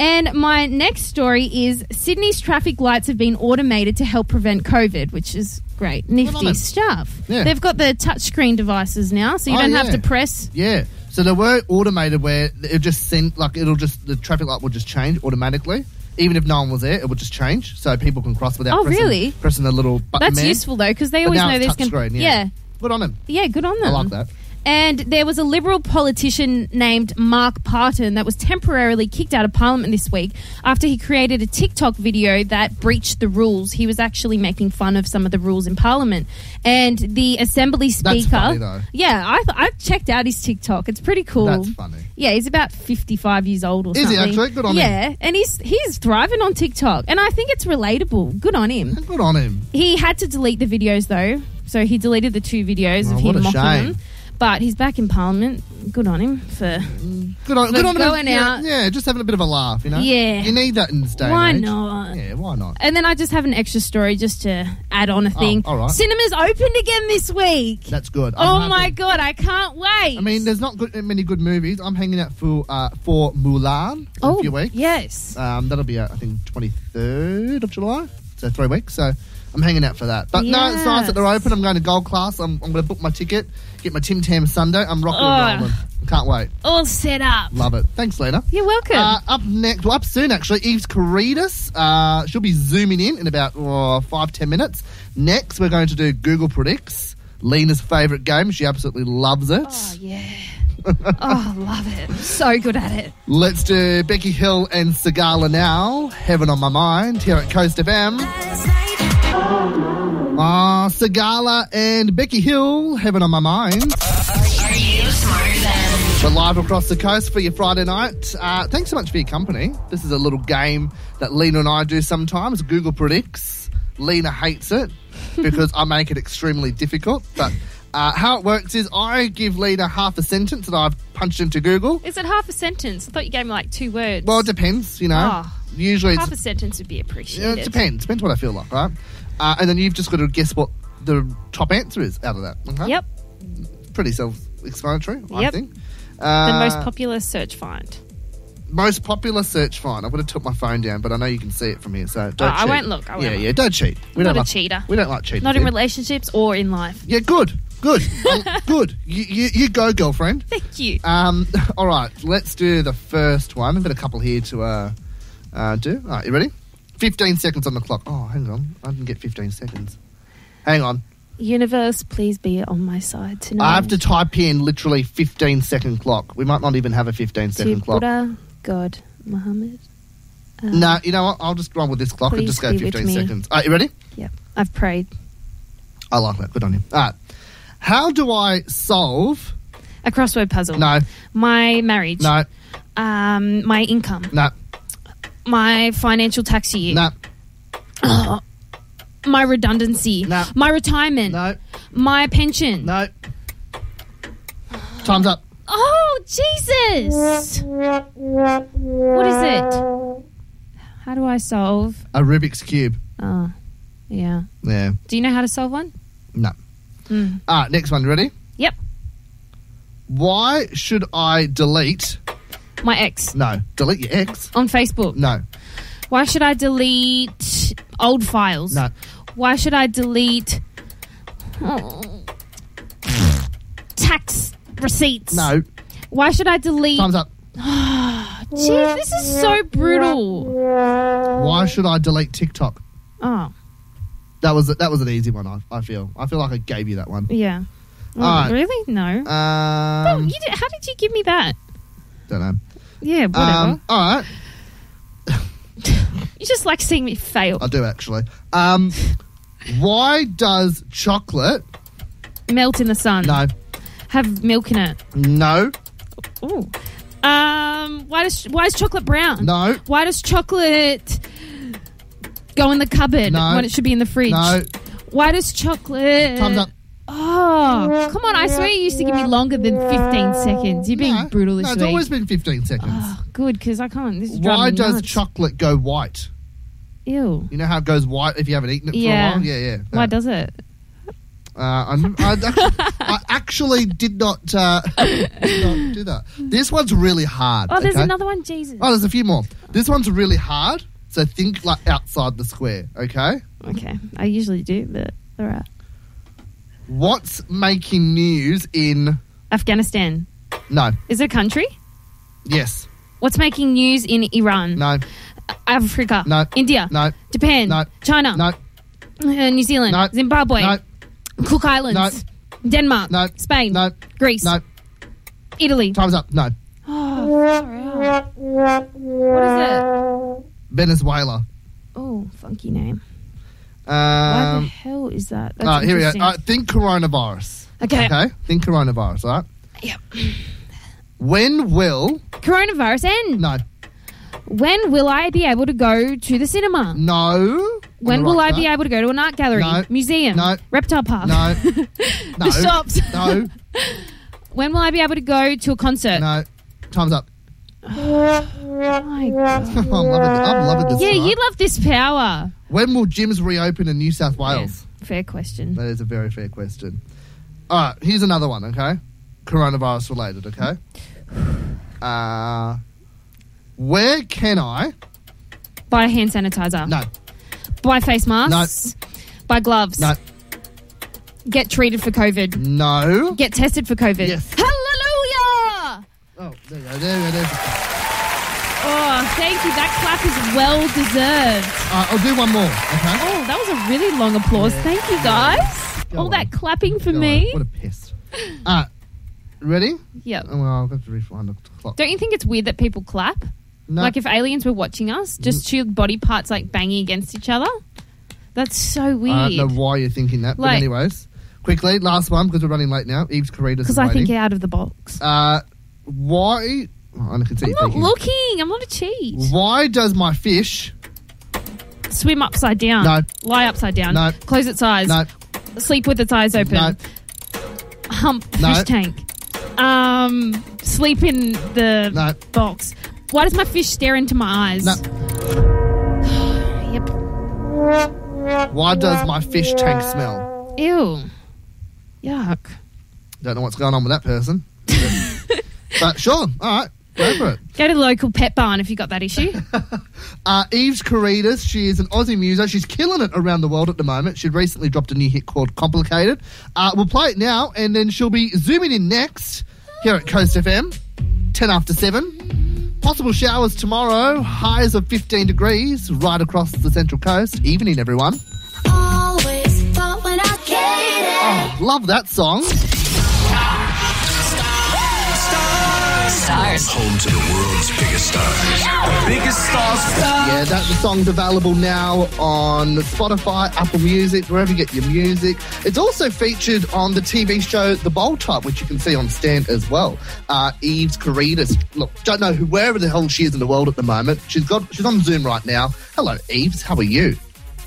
And my next story is Sydney's traffic lights have been automated to help prevent COVID, which is great,
on
nifty
them.
stuff.
Yeah.
They've got the touchscreen devices now, so you
Oh,
don't have
yeah.
to press.
Yeah. So they were automated where it just send like it'll just the traffic light will just change automatically. Even if no one was there, it would just change so people can cross without
Oh,
pressing,
really?
pressing the little button.
That's
there.
useful though, because they
But
always
now
know
it's
there's going
touchscreen, yeah.
yeah,
Good on him.
yeah, good on them.
I like that.
And there was a Liberal politician named Mark Parton that was temporarily kicked out of Parliament this week after he created a TikTok video that breached the rules. He was actually making fun of some of the rules in Parliament. And the Assembly Speaker.
funny, though.
Yeah, I th- I've checked out his TikTok. It's pretty cool.
That's funny.
Yeah, he's about 55 years old or
Is he
something.
actually? Good on him.
Yeah, and he's, he's thriving on TikTok. And I think it's relatable. Good on him.
Good on him.
He had to delete the videos though, so he deleted the two videos
Oh,
of
what
him
a
mocking
shame.
them. But he's back in Parliament. Good on him for
Good on,
Look,
good on
going
him.
out.
Yeah, yeah, just having a bit of a laugh, you know?
Yeah.
You need that in this day and
why
age.
not.
Yeah, why not?
And then I just have an extra story just to add on a thing.
Oh, all right.
Cinemas opened again this week.
That's good. I'm
oh
happy.
my god, I can't wait.
I mean, there's not good, many good movies. I'm hanging out for uh, for Mulan in
oh
a few weeks.
yes,
Um, that'll be, uh, I think, 23rd of July. So three weeks. So I'm hanging out for that. But no, it's nice that they're open. I'm going to Gold Class. I'm, I'm going to book my ticket, get my Tim Tam Sunday. I'm rocking
Oh.
and rolling. Can't wait.
all set up.
Love it. Thanks, Lena.
You're welcome.
Uh, up next, well, up soon actually, Eve's Caritas. Uh, she'll be zooming in in about oh, five, ten minutes. Next, we're going to do Google Predicts, Lena's favourite game. She absolutely loves it.
oh yeah. oh, love it. So good at it.
Let's do Becky Hill and Sigala now. Heaven on my mind here at Coast FM. Ah, Sigala and Becky Hill, Heaven on my mind.
Are you smarter than?
We're live across the coast for your Friday night. Uh, thanks so much for your company. This is a little game that Lena and I do sometimes. Google predicts. Lena hates it because I make it extremely difficult. But uh, how it works is I give Lena half a sentence that I've punched into Google.
Is it half a sentence? I thought you gave me like two words.
Well, it depends, you know.
Oh.
Usually
half
it's,
a sentence would be
yeah,
appreciated.
it depends. Depends what I feel like, right? Uh, and then you've just got to guess what the top answer is out of that. okay?
Yep.
Pretty self-explanatory, I
Yep.
think.
The
Uh,
most popular search find.
most popular search find. I would have took my phone down, but I know you can see it from here, so don't.
Oh, I
cheat.
won't look, I won't
yeah,
look.
yeah, don't cheat. We
I'm
don't
not a
like,
cheater.
We don't like cheating.
Not in
here.
relationships or in life.
Yeah, good,
[LAUGHS]
good, Um, good. You, you, you go, girlfriend.
Thank you.
Um, [LAUGHS] all right, let's do the first one. I've got a couple here to uh, uh, do. All right, you ready? Fifteen seconds on the clock. Oh, hang on, I didn't get fifteen seconds. Hang on,
Universe, please be on my side tonight.
I have to type in literally fifteen second clock. We might not even have a fifteen
to
second clock.
Buddha, God, Muhammad.
No, you know what? I'll just run with this clock and
Please
just go
be with
fifteen
me.
seconds. All right, you ready?
Yep. I've prayed.
I like that. Good on you. All right. How do I solve?
A crossword puzzle.
No,
My marriage.
no,
Um, my income.
no,
My financial tax year.
no,
My redundancy.
No.
My retirement.
no,
My pension.
no. Time's up.
Oh, Jesus! What is it? How do I solve?
A Rubik's cube.
Oh, yeah.
Yeah,
Do you know how to solve one?
no.
Hmm.
All right, next one. Ready?
Yep.
Why should I delete?
My ex
No, delete your ex.
on Facebook.
No,
Why should I delete old files?
no.
Why should I delete oh, tax receipts?
No,
Why should I delete?
time's up.
Jeez, this is so brutal.
Why should I delete TikTok?
Oh,
That was that was an easy one. I, I feel I feel like I gave you that one.
yeah. Oh,
Alright.
Really? No. oh,
Um,
you did, how did you give me that?
don't know.
Yeah, whatever.
Um, all right,
you just like seeing me fail.
I do actually. Um, why does chocolate?
Melt in the sun.
No,
Have milk in it.
no,
Ooh. Um, why does why is chocolate brown?
no,
Why does chocolate go in the cupboard
No.
when it should be in the fridge?
no.
Why does chocolate?
Time's up.
Oh, come on! I swear you used to give me longer than fifteen seconds. You're being
no.
brutal this
No, it's
week.
always been 15 seconds.
oh, good, because I can't. This is driving
why
me
does
nuts.
chocolate go white?
Ew.
You know how it goes white if you haven't eaten it for
Yeah.
a while? Yeah, yeah.
Why does it?
uh, I, I, [LAUGHS] actually, I actually did not, uh, did not do that. This one's really hard.
Oh, there's
okay?
another one. Jesus.
Oh, there's a few more. This one's really hard. So think like outside the square, okay?
Okay, I usually do, but all right.
What's making news in.
Afghanistan
No.
is it a country.
Yes.
What's making news in Iran?
No.
Africa.
No.
India.
No.
Japan.
No.
China.
No.
Uh, New Zealand.
No.
Zimbabwe.
No.
Cook Islands. Denmark.
No.
Spain.
No.
Greece.
No.
Italy. Oh,
Time's up. No.
What is it?
Venezuela.
Oh, funky name. Why the
Um,
hell is that? That's
all right, here we go.
interesting.
All right, think coronavirus.
Okay.
Okay. Think coronavirus, all right?
Yep.
When will.
Coronavirus end.
No.
When will I be able to go to the cinema?
No.
When will I be able to go to an art gallery,
No.
museum,
No.
reptile park, [LAUGHS]
No. No.
the shops?
No.
[LAUGHS] When will I be able to go to a concert?
No. Time's up. [LAUGHS]
My God.
I'm loving it. I'm loving this.
Yeah,
tonight.
you love this power.
When will gyms reopen in New South Wales?
Fair question.
That is a very fair question. All right, here's another one, okay? Coronavirus related,
[SIGHS]
okay? Uh, where can I?
Buy hand sanitizer.
No,
Buy face masks. Buy gloves.
no,
Get treated for COVID.
no.
Get tested for COVID.
Yes.
Hallelujah!
Oh, there you go, there you go, there's.
Oh, thank you. That clap is well deserved.
All right, I'll do one more, okay?
Oh, that was a really long applause. Thank you, guys.
Go
All
on.
that clapping for
Go on,
me.
What a pest. All right, ready?
Yep.
Oh, well, I've got to rewind the clock.
Don't you think it's weird that people clap?
no, Mm.
Like if aliens were watching us, just two body parts like banging against each other. That's so
I don't
weird.
know why you're thinking that, but
Like-
anyways. Quickly, last one, because we're running late now. Eve's Caritas
Because
is
I
waiting.
think out of the box.
Uh, why? oh, I can see
I'm
you
not
thinking.
looking. I'm not a cheat.
Why does my fish?
Swim upside down.
No.
Lie upside down.
No.
Close its eyes.
No,
Sleep with its eyes open.
no,
Hump the
No.
fish tank. Um, sleep in the
No.
box. Why does my fish stare into my eyes?
no.
[SIGHS] Yep.
Why does my fish tank smell?
Ew. Yuck.
Don't know what's going on with that person. [LAUGHS] but sure, all right, go for it.
Go to the local pet barn if you got that issue.
Uh, Eve's Caritas, she is an Aussie muser. She's killing it around the world at the moment. She recently dropped a new hit called Complicated. Uh, we'll play it now, and then she'll be zooming in next here at Coast FM, 10 after 7. Possible showers tomorrow, highs of 15 degrees right across the central coast. Evening, everyone.
Always thought when I get it.
Love that song.
Home to the world's biggest stars.
Biggest stars.
Yeah, that the song's available now on Spotify, Apple Music, wherever you get your music. It's also featured on the TV show The Bold Type, which you can see on Stan as well. Uh, Eve's Caritas. Look, don't know who, wherever the hell she is in the world at the moment. She's got she's on Zoom right now. Hello, Eves. How are you?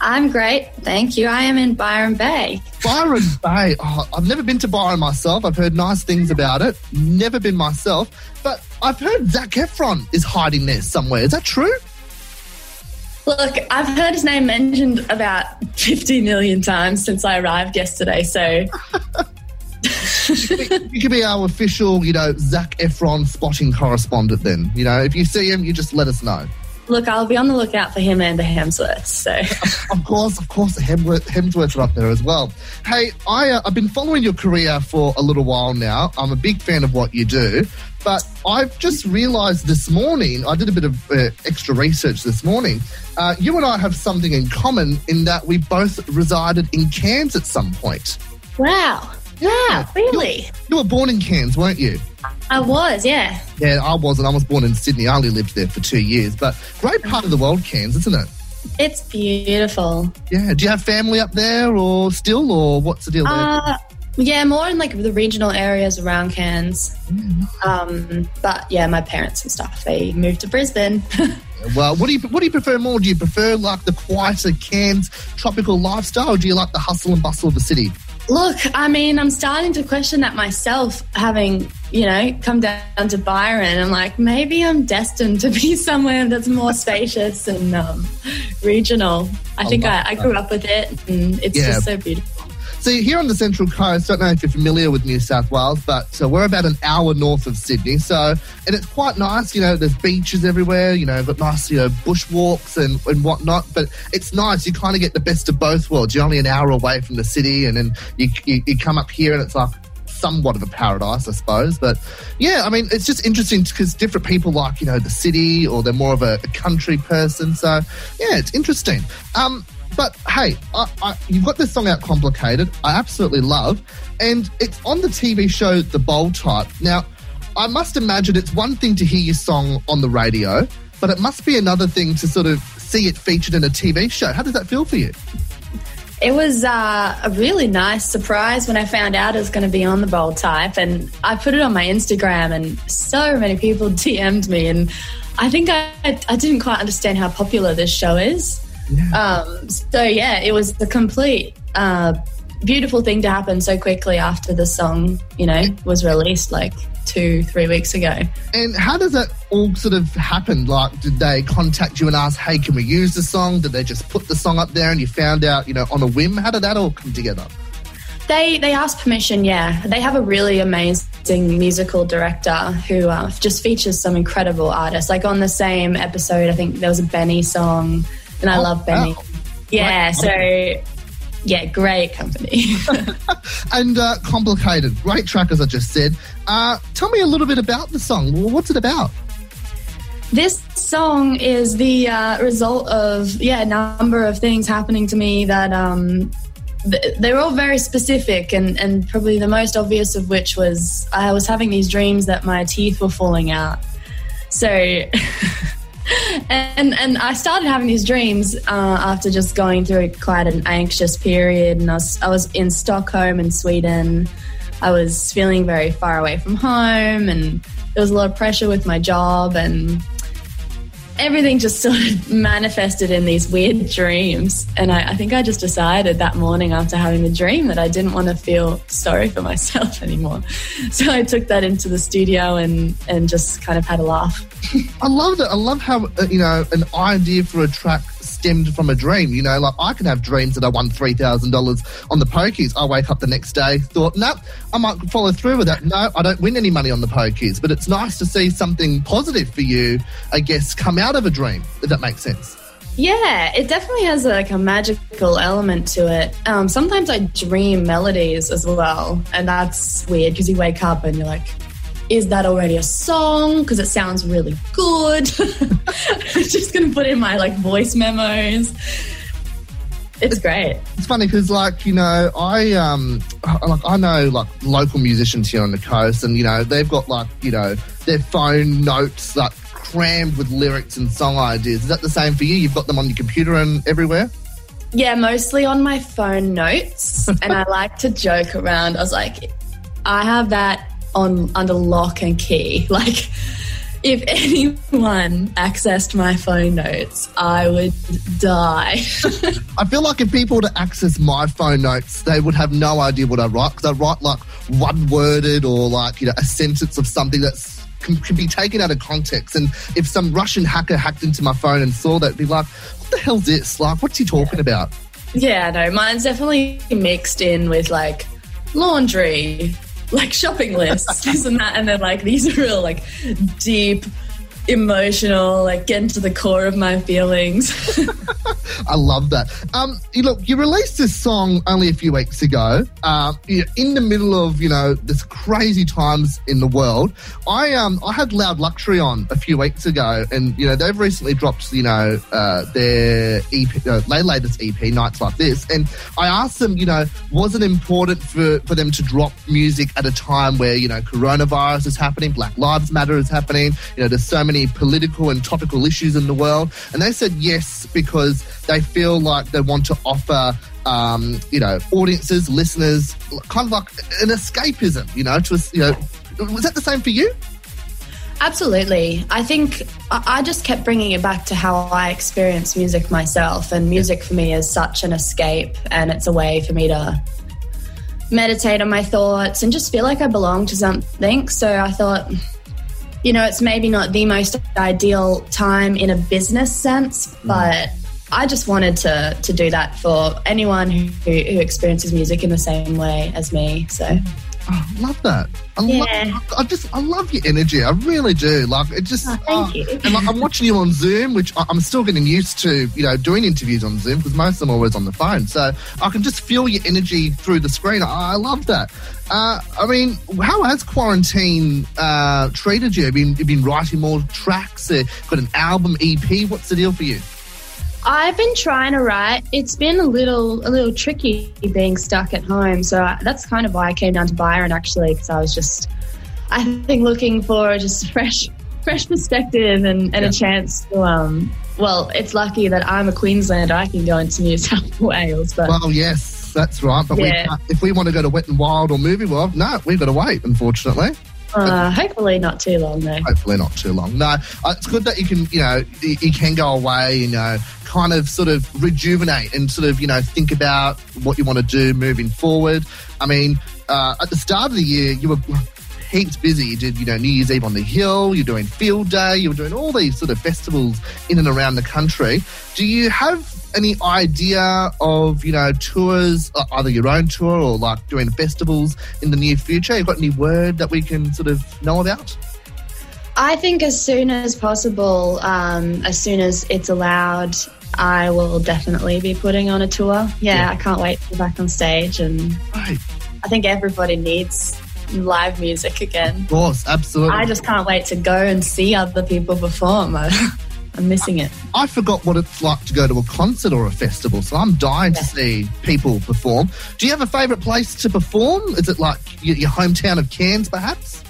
I'm great. Thank you. I am in Byron Bay.
Byron Bay. Oh, I've never been to Byron myself. I've heard nice things about it. Never been myself, but I've heard Zach Efron is hiding there somewhere. Is that true?
Look, I've heard his name mentioned about 50 million times since I arrived yesterday. So,
You could be our official, you know, Zach Efron spotting correspondent then. You know, if you see him, you just let us know.
look, I'll be on the lookout for him and the Hemsworths.
[LAUGHS]
So,
Of course, of course, the Hemsworth, Hemsworths are up there as well. Hey, I, uh, I've been following your career for a little while now. I'm a big fan of what you do. But I've just realised this morning, I did a bit of uh, extra research this morning. Uh, you and I have something in common in that we both resided in Cairns at some point.
wow. Yeah, really?
You were born in Cairns, weren't you?
I was, yeah.
Yeah, I wasn't. I was born in Sydney. I only lived there for two years, but great part of the world, Cairns, isn't it?
It's beautiful.
Yeah. Do you have family up there, or still, or what's the deal there?
Uh, yeah, more in like the regional areas around Cairns.
Mm.
Um, but yeah, my parents and stuff, they moved to Brisbane. [LAUGHS]
well, what do you what do you prefer more? Do you prefer like the quieter Cairns tropical lifestyle, or do you like the hustle and bustle of the city?
Look, I mean, I'm starting to question that myself, having, you know, come down to Byron. I'm like, maybe I'm destined to be [LAUGHS] somewhere that's more spacious and um, regional. I, think
love
I, I grew up with it and it's
Yeah.
just so beautiful.
See, here on the Central Coast, don't know if you're familiar with New South Wales, but uh, we're about an hour north of Sydney. So, and it's quite nice, you know, there's beaches everywhere, you know, got nice, you know, bushwalks and, and whatnot. But it's nice, you kind of get the best of both worlds. You're only an hour away from the city, and then you, you, you come up here and it's like somewhat of a paradise, I suppose. But yeah, I mean, it's just interesting because different people like, you know, the city or they're more of a, a country person. So, yeah, it's interesting. Um, But hey, I, I, you've got this song out, Complicated, I absolutely love. And it's on the TV show The Bold Type. Now, I must imagine it's one thing to hear your song on the radio, but it must be another thing to sort of see it featured in a TV show. How does that feel for you?
It was uh, a really nice surprise when I found out it was going to be on the bold type, and I put it on my Instagram, and so many people [LAUGHS] DM'd me, and I think I, I didn't quite understand how popular this show is. Um, so yeah, it was the complete uh, beautiful thing to happen so quickly after the song, you know, was released like two, three weeks ago.
And how does that all sort of happen? Like, did they contact you and ask, hey, can we use the song? Did they just put the song up there and you found out, you know, on a whim? How did that all come together?
They they asked permission. Yeah, they have a really amazing musical director who uh, just features some incredible artists. Like on the same episode, I think there was a Benny song, and I
Oh,
love Benny.
wow.
Yeah,
Right.
so yeah, great company. [LAUGHS]
And uh, complicated, great track, as I just said. Uh, tell me a little bit about the song. Well, What's it about?
this song is the uh, result of yeah a number of things happening to me that um th- they're all very specific and and probably the most obvious of which was i was having these dreams that my teeth were falling out so [LAUGHS] and and i started having these dreams uh, after just going through quite an anxious period and I was, I was in stockholm in sweden I was feeling very far away from home and there was a lot of pressure with my job and everything just sort of manifested in these weird dreams. And I, I think I just decided that morning after having the dream that I didn't want to feel sorry for [LAUGHS] myself anymore. So I took that into the studio and, and just kind of had a laugh.
I love that. I love how uh, you know an idea for a track stemmed from a dream. You know, like I can have dreams that I won three thousand dollars on the pokies. I wake up the next day, thought, no, I might follow through with that. No, I don't win any money on the pokies. But it's nice to see something positive for you, I guess, come out of a dream. If that makes sense.
Yeah, it definitely has like a magical element to it. Um, sometimes I dream melodies as well, and that's weird because you wake up and you're like, "Is that already a song?" Because it sounds really good. [LAUGHS] I'm just gonna put in my like voice memos. It's great.
It's funny because, like, you know, I um, I- like I know like local musicians here on the coast, and you know they've got like you know their phone notes like crammed with lyrics and song ideas. Is that the same for you? You've got them on your computer and everywhere.
Yeah, mostly on my phone notes, and I like to joke around. I was like, I have that on under lock and key. [LAUGHS] Like, if anyone accessed my phone notes, I would die. [LAUGHS]
I feel like if people were to access my phone notes, they would have no idea what I write because I write like one worded or like you know a sentence of something that's can, can be taken out of context. And if some Russian hacker hacked into my phone and saw that, it'd be like, "What the hell's this? Like, what's he talking about?"
yeah, no, mine's definitely mixed in with like laundry, like shopping lists, this and that, and then like these are real like deep, emotional, like getting to the core of my feelings. [LAUGHS]
I love that. Um, you look, you released this song only a few weeks ago. Um, you know, in the middle of you know this crazy times in the world. I um I had Loud Luxury on a few weeks ago, and you know they've recently dropped you know uh, their EP, uh, their latest EP, Nights Like This, and I asked them, you know, was it important for for them to drop music at a time where you know coronavirus is happening, Black Lives Matter is happening, you know, there's so many political and topical issues in the world, and they said yes because they feel like they want to offer um, you know audiences, listeners, kind of like an escapism, you know, to us- you know. Was that the same for you?
Absolutely. I think I I just kept bringing it back to how I experience music myself. And music for me is such an escape, and it's a way for me to meditate on my thoughts and just feel like I belong to something. So I thought, you know, it's maybe not the most ideal time in a business sense, but. I just wanted to, to do that for anyone who, who experiences music in the same way as me. So
Oh, I love that. I
Yeah. Oh,
love. I just I love your energy. I really do. Like it just. oh.
thank you.
And like, I'm watching you on Zoom, which I- I'm still getting used to. You know, doing interviews on Zoom because most of them are always on the phone. So I can just feel your energy through the screen. I, I love that. Uh, I mean, how has quarantine uh, E treated you? Have you been, you been writing more tracks? Uh, got an album EP? What's the deal for you?
I've been trying to write. It's been a little a little tricky being stuck at home, so I, that's kind of why I came down to Byron actually, because I was just I think looking for just [LAUGHS] a fresh fresh perspective and, and a chance to um. Well, it's lucky that I'm a Queenslander. I can go into New [LAUGHS] South Wales, but
Well, yes, that's right. But we
Yeah.
can't, if we want to go to Wet and Wild or Movie World, no, we've got to wait, unfortunately.
uh, hopefully not too long though.
Hopefully, not too long. No, uh, it's good that you can, you know, you you can go away, you know, kind of sort of rejuvenate and sort of, you know, think about what you want to do moving forward. I mean, uh, at the start of the year, you were heaps busy. You did, you know, New Year's Eve on the Hill, you're doing Field Day, you were doing all these sort of festivals in and around the country. Do you have any idea of, you know, tours, uh, either your own tour or like doing festivals in the near future? You got any word that we can sort of know about?
I think as soon as possible, um, as soon as it's allowed, I will definitely be putting on a tour. Yeah, I can't wait to be back on stage, and
Right.
I think everybody needs live music again.
Of course, absolutely.
I
I,
just can't wait to go and see other people perform. [LAUGHS] I, I'm missing it.
forgot what it's like to go to a concert or a festival, so I'm dying to see people perform. Do you have a favourite place to perform? Is it like your, your hometown of Cairns, perhaps?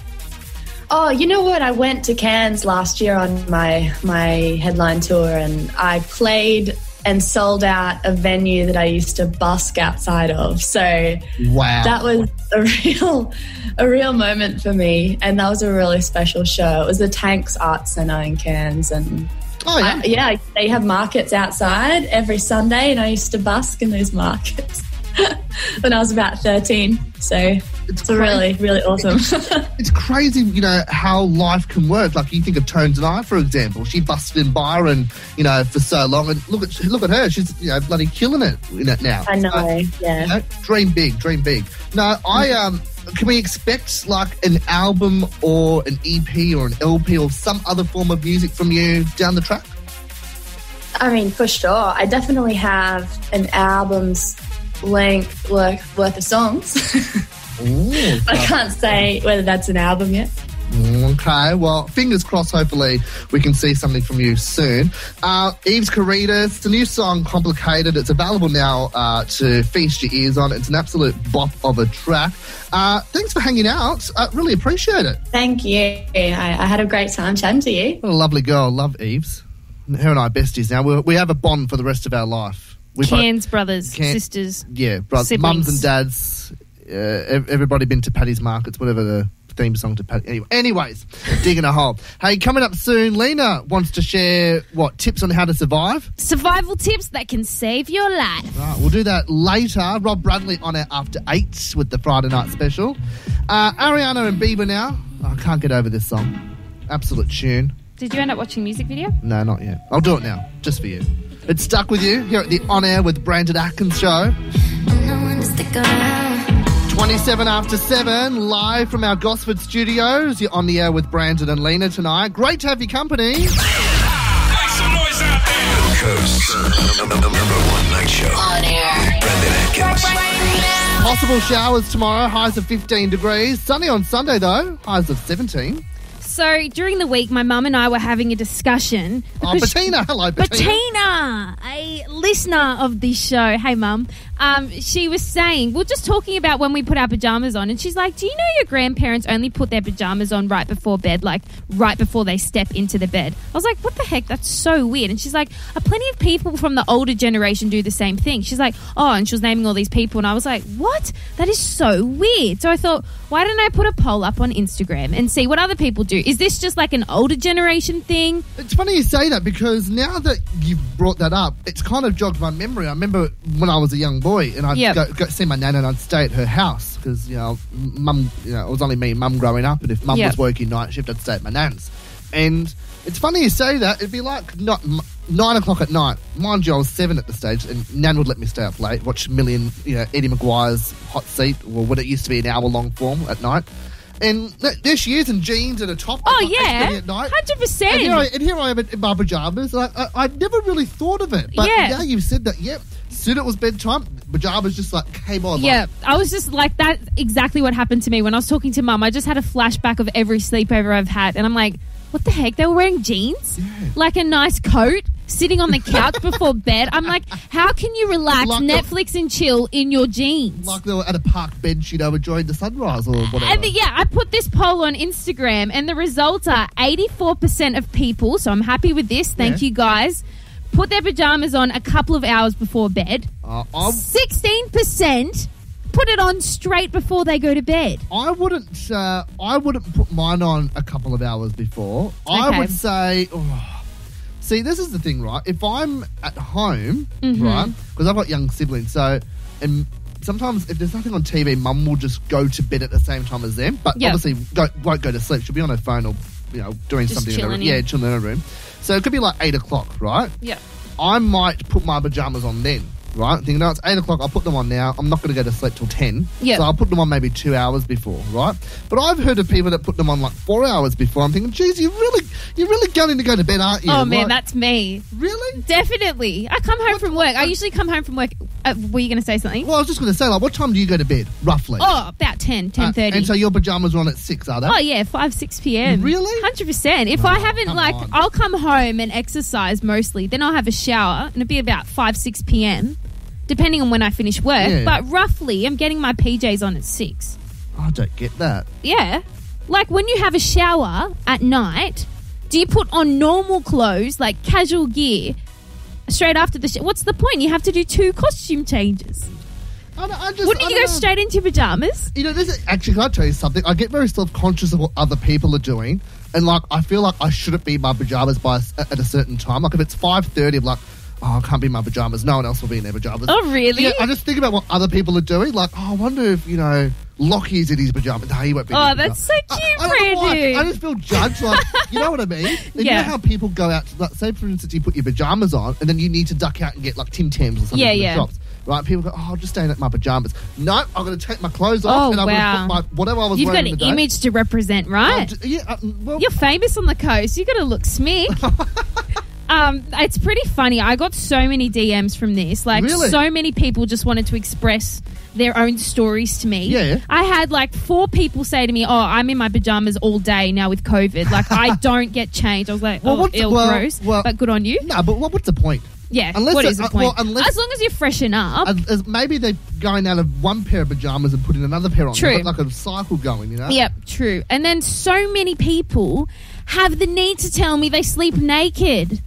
Oh, you know what? I went to Cairns last year on my my headline tour, and I played and sold out a venue that I used to busk outside of. So
Wow.
that was a [LAUGHS] real a real moment for me and that was a really special show it was the tanks art centre in cairns and
oh, yeah.
I- yeah they have markets outside every sunday and i used to busk in those markets [LAUGHS] when i was about 13 so it's a really really awesome [LAUGHS]
it's crazy, you know, how life can work. Like you think of Tones and I, for example, she busted in Byron, you know, for so long, and look at look at her, she's you know bloody killing it in it now.
i know
You
yeah
know, dream big, dream big. No, I um, can we expect like an album or an EP or an LP or some other form of music from you down the track?
i mean for sure i definitely have an album's length worth worth of songs [LAUGHS]
Ooh,
i can't say whether that's an album yet
[LAUGHS] okay, well, fingers crossed. Hopefully, we can see something from you soon. Uh, Eve's Carita, it's the new song "Complicated." It's available now uh, to feast your ears on. It's an absolute bop of a track. Uh, thanks for hanging out. Uh, really appreciate it.
Thank you. I, I had a great time chatting to you.
What a lovely girl. Love Eves. Her and I are besties now. We're, we have a bond for the rest of our life. [LAUGHS] We
Cairns brothers,
Cairn-
sisters.
both, yeah, brothers,
siblings.
mums and dads. Uh, ev- everybody been to Paddy's Markets, whatever the theme song to Paddy. Anyway, anyways, [LAUGHS] digging a hole. Hey, coming up soon, Lena wants to share what tips on how to survive.
Survival tips that can save your life.
Right, we'll do that later. Rob Bradley on it after eight with the Friday night special. Uh, Ariana and Bieber now. I can't get over this song. Absolute tune.
Did you end up watching music video?
No, not yet. I'll do it now, just for you. It's stuck with you here at the On Air with Brandon Atkins show.
no one to stick around.
27 after 7, live from our Gosford studios. You're on the air with Brandon and Lena tonight. Great to have your company.
Make some noise out there.
Coast. Number one night show. On air. Brendan Atkins.
Possible showers tomorrow, highs of 15 degrees. Sunny on Sunday, though, highs of 17.
So during the week, my mum and I were having a discussion.
Oh,
because-
Bettina. Hello, Bettina.
Bettina, a listener of this show, hey mum, um, she was saying, we we're just talking about when we put our pajamas on, and she's like, Do you know your grandparents only put their pajamas on right before bed, like right before they step into the bed? I was like, What the heck? That's so weird. And she's like, "Uh, Plenty of people from the older generation do the same thing. She's like, Oh, and she was naming all these people, and I was like, What? That is so weird. So I thought, Why don't I put a poll up on Instagram and see what other people do? Is this just like an older generation thing?
It's funny you say that because now that you brought that up, it's kind of jogged my memory. I remember when I was a young boy and I'd
Yep.
go, go see my nan and I'd stay at her house because, you know, mum, you know, it was only me and mum growing up. And if mum
Yep.
was working night shift, I'd stay at my nan's. And it's funny you say that. It'd be like not, m- nine o'clock at night. Mind you, I was seven at the stage and nan would let me stay up late, watch Million, you know, Eddie McGuire's Hot Seat or what it used to be an hour long form at night. And th- there she is in jeans and a top.
Oh,
like,
yeah.
8:30 E At night.
100%.
And here, I, and here I am in, in my pajamas. Like, I, I'd never really thought of it. But
Yeah.
now you've said that, yep. Soon it was bedtime, pajamas just like came on.
Yeah,
Like,
I was just like that. Exactly what happened to me when I was talking to mum. I just had a flashback of every sleepover I've had, and I'm like, what the heck? They were wearing jeans, like a nice coat, sitting on
[LAUGHS]
the couch before bed. I'm like, how can you relax,
Locked up.
Netflix, and chill in your jeans?
Like they were at a park bench, you know, enjoying the sunrise or whatever.
And the- yeah, I put this poll on Instagram, and the results are 84% of people, so I'm happy with this. Thank
Yeah.
you guys. Put their pajamas on a couple of hours before bed.
Uh, I,
16% put it on straight before they go to bed.
I wouldn't. Uh, I wouldn't put mine on a couple of hours before. I
Okay.
would say. oh, see, this is the thing, right? If I'm at home, right?
Mhm.
right? Because I've got young siblings, so and sometimes if there's nothing on TV, Mum will just go to bed at the same time as them, but
Yep.
obviously go, won't go to sleep. She'll be on her phone or you know doing
Just
something. In her,
chilling in.
yeah, chilling in her room. So it could be like eight o'clock, right?
Yeah.
I might put my pajamas on then, right? Thinking, no, it's eight o'clock. I'll put them on now. I'm not going to go to sleep till ten.
Yeah.
So I'll put them on maybe two hours before, right? But I've heard of people that put them on like four hours before. I'm thinking, geez, you really, you're really going to go to bed, aren't you?
oh man,
Like,
that's me.
really.
Definitely. I come home from work. I usually come home from work. Uh, were you going to say something?
Well, I was just going to say, like, what time do you go to bed roughly?
Oh, about 10,
Uh,
10.30.
and so your pajamas are on at six, are they?
Oh yeah, five six p.m.
Really?
Hundred percent. If I haven't
come
like,
on.
I'll come home and exercise mostly. Then I'll have a shower, and it'll be about five six p.m. Depending on when I finish work,
Yeah.
but roughly, I'm getting my PJs on at six.
I don't get that.
Yeah, like when you have a shower at night, do you put on normal clothes like casual gear straight after the? Sh- What's the point? You have to do two costume changes.
I, don't- I just,
Wouldn't
I
you
don't
go
know.
straight into pajamas?
You know, this is, actually, can I tell you something? I get very self conscious of what other people are doing, and like I feel like I shouldn't be in my pajamas by a s at a certain time. Like if it's five thirty, I'm like, oh, I can't be in my pajamas. No one else will be in their pajamas.
Oh really?
Yeah, I just think about what other people are doing. Like, oh, I wonder if you know Lockie's in his pajamas. No, he won't be. in
Oh,
his
that's
pajamas.
so
I, I don't know why.
cute,
I just feel judged. Like, you know what I
[LAUGHS]
mean? Like, You
Yeah.
know how people go out. To, like, say for instance, you put your pajamas on, and then you need to duck out and get like Tim Tams or something.
Yeah,
from the
yeah.
shops, Right, people go. Oh, I'll just stay in my pajamas. No, I'm going to take my clothes off
Oh,
and I'm
wow.
going to put my whatever I was
You've got
wearing.
an
in the day.
image to represent,
I'll
right?
ju- yeah, uh, well,
You're famous on the coast. You got to
[LAUGHS]
look smick. um, it's pretty funny. I got so many DMs from this. Like,
Really?
so many people just wanted to express their own stories to me.
Yeah, yeah.
I had like four people say to me, "Oh, I'm in my pajamas all day now with COVID.
[LAUGHS]
Like, I don't get changed." I was like,
Well,
"Oh,
what's-
ill,
well,
gross."
well-
but good on you.
no, but what, what's the point?
Yeah.
Unless
what
it-
is the
uh,
point?
well, unless-
as long as you freshen up.
As, as maybe they're going out of one pair of pajamas and putting another pair on.
True.
They've got like a cycle going, you know.
Yep, true. And then so many people have the need to tell me they sleep naked.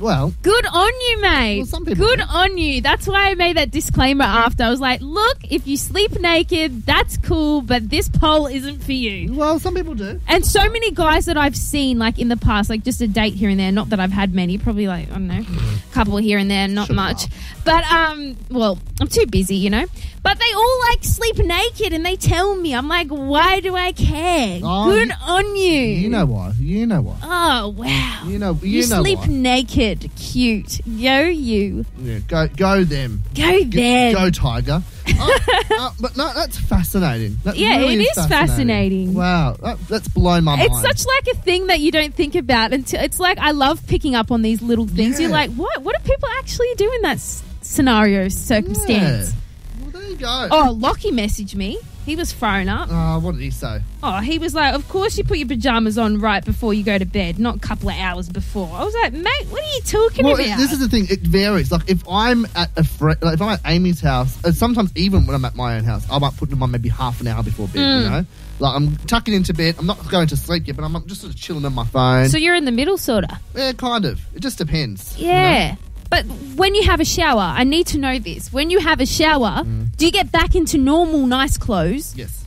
Well,
Good on you, mate.
Well, some people
Good
do.
on you. That's why I made that disclaimer after. I was like, look, if you sleep naked, that's cool, but this poll isn't for you.
well, some people do.
And so many guys that I've seen, like in the past, like just a date here and there, not that I've had many, probably like, I don't know, a couple here and there, not
Shouldn't
much. But, um, well, I'm too busy, you know. But they all like sleep naked and they tell me. I'm like, why do I care?
Oh,
Good
you-
on you.
You know why? You know why?
Oh, wow.
You know. You,
You,
know
sleep
why?
naked, cute. Yo, you.
Yeah, go, go them.
Go
G-
there.
Go tiger. [LAUGHS] Oh, uh, but no, that's fascinating. That
Yeah,
really
it is fascinating.
Wow, that, that's blown my
It's
mind.
such like a thing that you don't think about until it's like I love picking up on these little things.
Yeah.
You're like, what? What do people actually do in that s- scenario circumstance?
Yeah. Well, there you go.
Oh, Lockie messaged me. He was thrown up.
Uh, what did he say?
Oh, he was like, of course you put your pajamas on right before you go to bed, not a couple of hours before. I was like, mate, what are you talking
Well,
about?
it- this is the thing. It varies. Like if I'm at a friend, like if I'm at Amy's house, and sometimes even when I'm at my own house, I might put them on maybe half an hour before bed.
Mm.
You know, like I'm tucking into bed. I'm not going to sleep yet, but I'm just sort of chilling on my phone.
so you're in the middle, sorta.
yeah, kind of. It just depends. you know?
Yeah. But when you have a shower, I need to know this. When you have a shower,
Mm.
do you get back into normal, nice clothes?
Yes.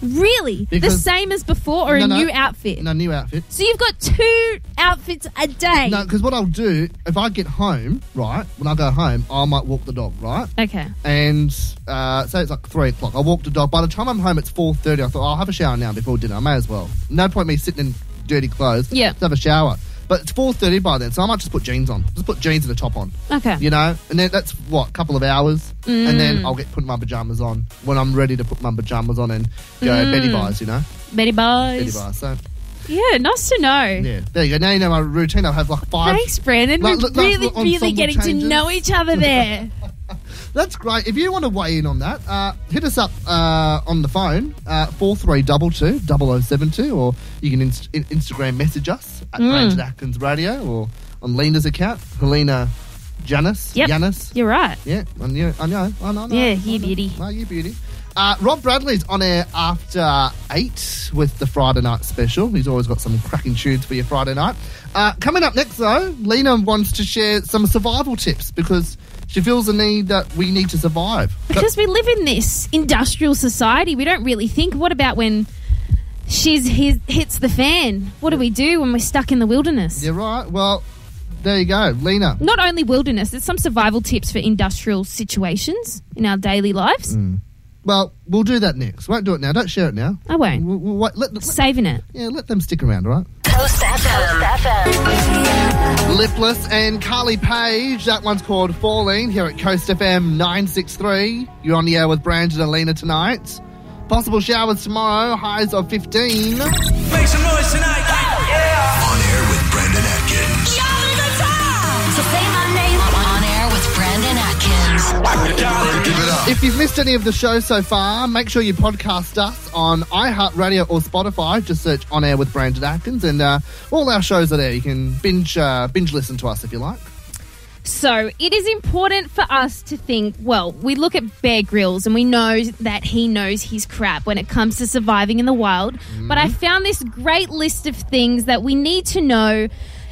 Really? the
Because-
same as before or
No,
a
no.
new outfit?
No new outfit.
So you've got two outfits a day.
No, because what I'll do if I get home, right? When I go home, I might walk the dog, right?
Okay.
And uh, say it's like three o'clock. I walk the dog. By the time I'm home, it's four thirty. I thought "Oh, I'll have a shower now before dinner. I may as well. No point me sitting in dirty clothes.
Yeah.
Let's have a shower. But it's four thirty by then, so I might just put jeans on. Just put jeans and a top on.
Okay.
You know, and then that's what couple of hours, and then I'll get put my pajamas on when I'm ready to put my pajamas on and go Betty buys. You know,
Betty
Betty
buys.
buys. So
Yeah, nice to know.
yeah, there you go. Now you know my routine. I'll have like five.
Thanks, Brandon.
Like,
We're
look, like,
really,
look,
really
ensemble
getting
changes.
to know
[LAUGHS]
each other there.
That's great. If you want to weigh in on that, uh, hit us up uh, on the phone, uh, 4322 0072, or you can inst- in- Instagram message us at Brandon Atkins Radio, or on Lena's account, Helena Janis.
Yep.
Yanis.
You're right.
Yeah, I knew, I know, I know. I know.
Yeah, you beauty.
Well, you beauty. Uh, Rob Bradley's on air after eight with the Friday night special. He's always got some cracking tunes for your Friday night. Uh, coming up next, though, Lena wants to share some survival tips because she feels the need that we need to survive.
Because we live in this industrial society, we don't really think. What about when shiz his, hits the fan? What do we do when we're stuck in the wilderness?
You're right. Well, there you go, Lena.
Not only wilderness, there's some survival tips for industrial situations in our daily lives.
Mm. Well, we'll do that next. Won't do it now. Don't share it now.
I won't.
We'll, we'll wait- let, let-
Saving it.
yeah, let them stick around, all right?
Coast FM.
Lipless and Carly Page. That one's called Falling here at Coast FM 963. You're on the air with Brandon and Alina tonight. Possible showers tomorrow, highs of
Make
15.
some noise tonight. Yeah.
On air with Brendan Atkins.
So say my name on air with Brandon Atkins.
Give it up.
If you've missed any of the show so far, make sure you podcast us on iHeartRadio or Spotify. Just search On Air with Brandon Atkins, and uh, all our shows are there. You can binge uh, binge listen to us if you like.
So it is important for us to think. Well, we look at Bear Grylls and we know that he knows his crap when it comes to surviving in the wild. But I found this great list of things that we need to know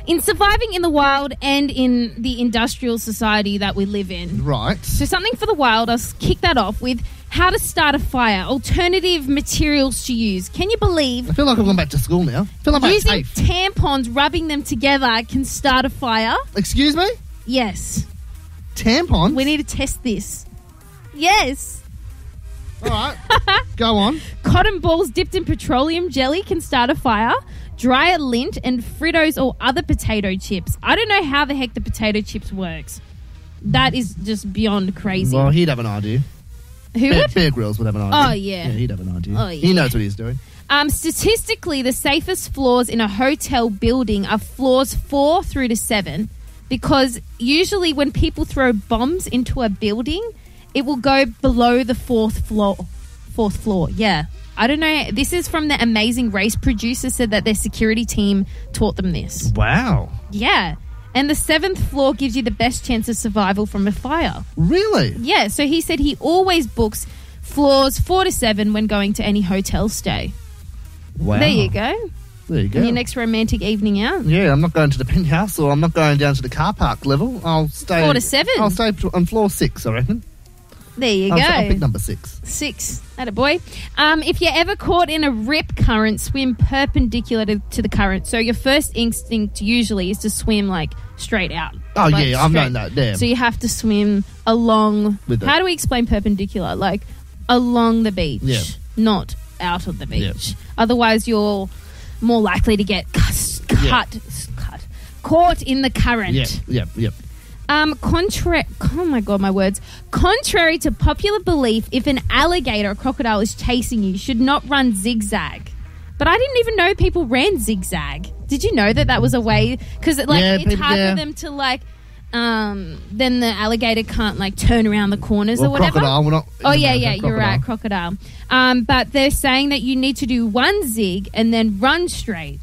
in surviving in the wild and in the industrial society that we live in.
Right.
So something for the wild. I'll s- kick that off with how to start a fire, alternative materials to use. Can you believe
I feel like I've gone back to school now. I feel like I'm
using
safe.
tampons, rubbing them together, can start a fire?
Excuse me?
Yes.
Tampon?
We need to test this. Yes.
all
[LAUGHS]
right. Go on.
Cotton balls dipped in petroleum jelly can start a fire. Dryer lint and Fritos or other potato chips. I don't know how the heck the potato chips works. That is just beyond crazy.
Well, he'd have an idea.
Who
Bear,
would?
Bear Grylls would have an idea.
Oh, yeah.
Yeah, he'd have an idea.
Oh,
He
yeah.
knows what he's doing.
Um, statistically, the safest floors in a hotel building are floors four through to seven because usually when people throw bombs into a building, it will go below the fourth floor. Fourth floor, yeah. I don't know. This is from the Amazing Race producer said that their security team taught them this.
Wow.
Yeah. And the seventh floor gives you the best chance of survival from a fire.
Really?
Yeah, so he said he always books floors four to seven when going to any hotel stay.
Wow.
There you go.
There you go.
And your next romantic evening out.
yeah, I'm not going to the penthouse or I'm not going down to the car park level. I'll stay.
Floor to seven.
I'll stay p- on floor six, I reckon.
There you
I'll,
go.
I'll pick number six.
Six. That a boy. Um, if you're ever caught in a rip current, swim perpendicular to, to the current. So your first instinct usually is to swim like straight out.
Oh,
Like,
yeah, I've
straight-
known that. There.
So you have to swim along.
With the-
how do we explain perpendicular? Like along the beach,
Yeah.
not out of the
Yeah.
beach. Otherwise, you're more likely to get cus-
Yeah.
cut, cut, caught in the current.
yeah, yeah, yeah.
Um, contra- oh my god, my words. Contrary to popular belief, if an alligator or crocodile is chasing you, you should not run zigzag. But I didn't even know people ran zigzag. Did you know that that was a way? Because like
Yeah,
it's
people-
hard
yeah.
for them to like. Um, then the alligator can't like turn around the corners
Well,
or whatever.
crocodile. We're not.
Oh
in
yeah,
America,
yeah, you're right,
crocodile.
crocodile. Um, but they're saying that you need to do one zig and then run straight.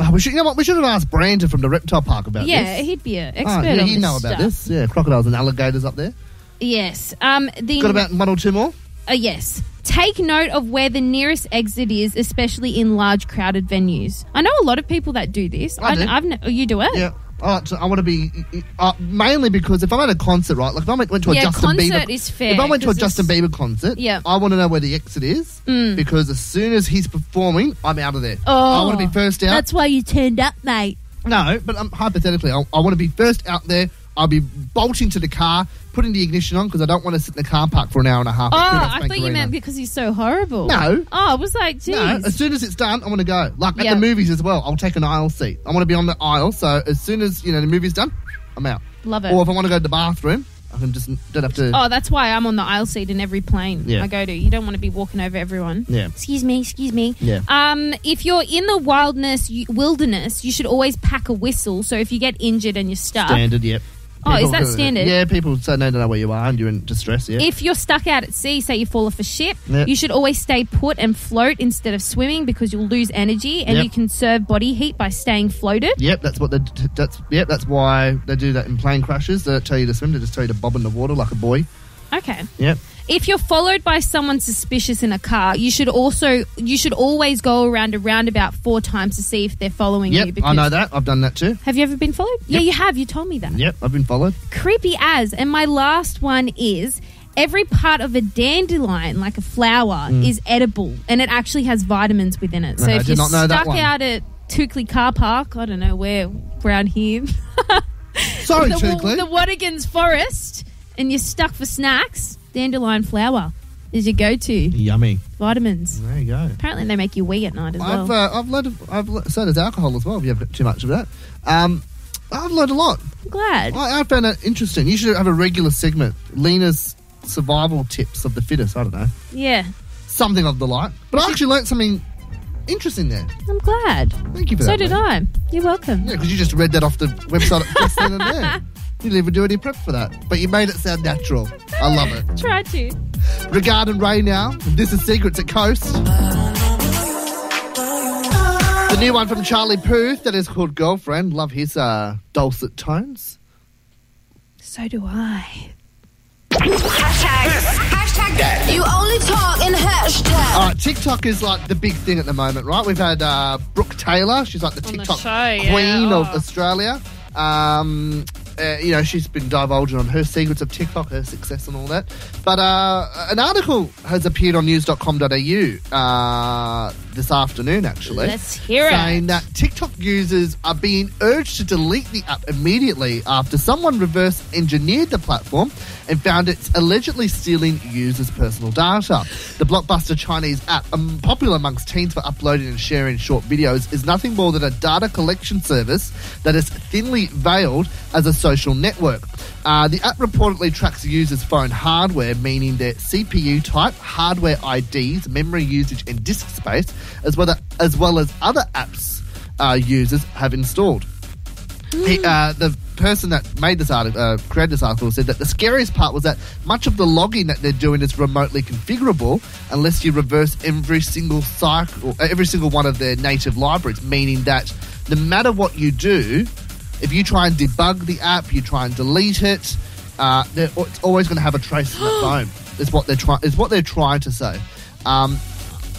Oh, we should, you know what? We should have asked Brandon from the reptile park about
yeah,
this.
he'd be an expert
Oh, yeah,
on
you
this
know about
stuff.
this. Yeah, crocodiles and alligators up there.
Yes. Um, the
Got about one or two more.
Uh, yes. Take note of where the nearest exit is, especially in large crowded venues. I know a lot of people that do this.
I do.
have kn- oh, you do it?
Yeah. I like to, I want to be uh, mainly because if I'm at a concert, right? Like if I went, went to a
Yeah,
Justin
concert
Bieber,
is fair,
If I went to a
'cause it's-
Justin Bieber concert,
Yeah. Mm.
I want to know where the exit is because as soon as he's performing, I'm out of there. I want to be first out.
Oh, That's why you turned up, mate.
No, but um, hypothetically, I, I want to be first out there. I'll be bolting to the car, putting the ignition on because I don't want to sit in the car park for an hour and a half.
Oh,
at Phoenix
I
Bank
thought you
Arena.
meant because he's so horrible.
No.
Oh, I was like, geez.
No, as soon as it's done, I want to go. Like at
Yeah.
the movies as well, I'll take an aisle seat. I want to be on the aisle, so as soon as you know the movie's done, I'm out.
Love it.
Or if I want to go to the bathroom, I can just don't have to.
Oh, that's why I'm on the aisle seat in every plane
Yeah.
I go to. You don't want to be walking over everyone.
Yeah.
Excuse me, excuse me.
Yeah.
Um, if you're in the wildness, you, wilderness, you should always pack a whistle. So if you get injured and you're stuck,
Standard, yep.
Oh, is
People
that
who-
standard?
Yeah, people say no, don't know where you are and you're in distress. Yeah.
If you're stuck out at sea, say you fall off a ship,
Yep.
you should always stay put and float instead of swimming because you'll lose energy and
Yep.
you conserve body heat by staying floated.
Yep, that's what they. d- That's yep, that's why they do that in plane crashes. They don't tell you to swim; they just tell you to bob in the water like a boy.
Okay.
Yep.
If you're followed by someone suspicious in a car, you should also you should always go around a roundabout four times to see if they're following you.
Yep, I know that. I've done that too.
Have you ever been followed? Yeah, you have. You told me that.
Yep, I've been followed.
creepy as. And my last one is every part of a dandelion, like a flower,
Mm.
is edible and it actually has vitamins within it. So
Okay, I
if
did
you're
not know that
stuck
one.
out at Tookley Car Park, I don't know where, around here. [LAUGHS]
Sorry,
the,
Tookley.
The Wadigans Forest, and you're stuck for snacks, dandelion flower is your go to.
Yummy.
Vitamins.
There you go.
Apparently, they make you wee at night as
I've
well.
uh, I've learned. I've le- so does alcohol as well. If you have too much of that, um, I've learned a lot.
I'm glad.
I, I found that interesting. You should have a regular segment, Lena's survival tips of the fittest. I don't know,
Yeah,
something of the like. But I actually learned something interesting there.
I'm glad.
Thank you for
so
that,
did
Lena.
I. You're welcome.
Yeah, because you just read that off the website just then and
[LAUGHS]
there. You didn't even do any prep for that, but you made it sound natural. I love it.
Try to.
Regard and Ray now. This is Secrets at Coast. The new one from Charlie Puth that is called Girlfriend. Love his uh, dulcet tones.
So do I.
Hashtag. Hashtag that. You only talk in hashtag.
All right, Uh, TikTok is like the big thing at the moment, right? We've had uh, Brooke Taylor. She's like the TikTok queen
Oh.
of Australia. Um, uh, you know, she's been divulging on her secrets of TikTok, her success, and all that. But uh, an article has appeared on news.com.au uh, this afternoon, actually.
Let's hear it.
Saying that TikTok users are being urged to delete the app immediately after someone reverse engineered the platform and found it's allegedly stealing users' personal data. The blockbuster Chinese app, um, popular amongst teens for uploading and sharing short videos, is nothing more than a data collection service that is thinly veiled as a social network. Uh, the app reportedly tracks users' phone hardware, meaning their CPU type, hardware IDs, memory usage, and disk space, as well as, as, well as other apps uh, users have installed. He, uh, the person that made this article, uh, created this article, said that the scariest part was that much of the logging that they're doing is remotely configurable, unless you reverse every single cycle, uh, every single one of their native libraries. Meaning that no matter what you do, if you try and debug the app, you try and delete it, uh, they're- it's always going to have a trace in the phone. Is what they're trying. Is what they're trying to say. Um,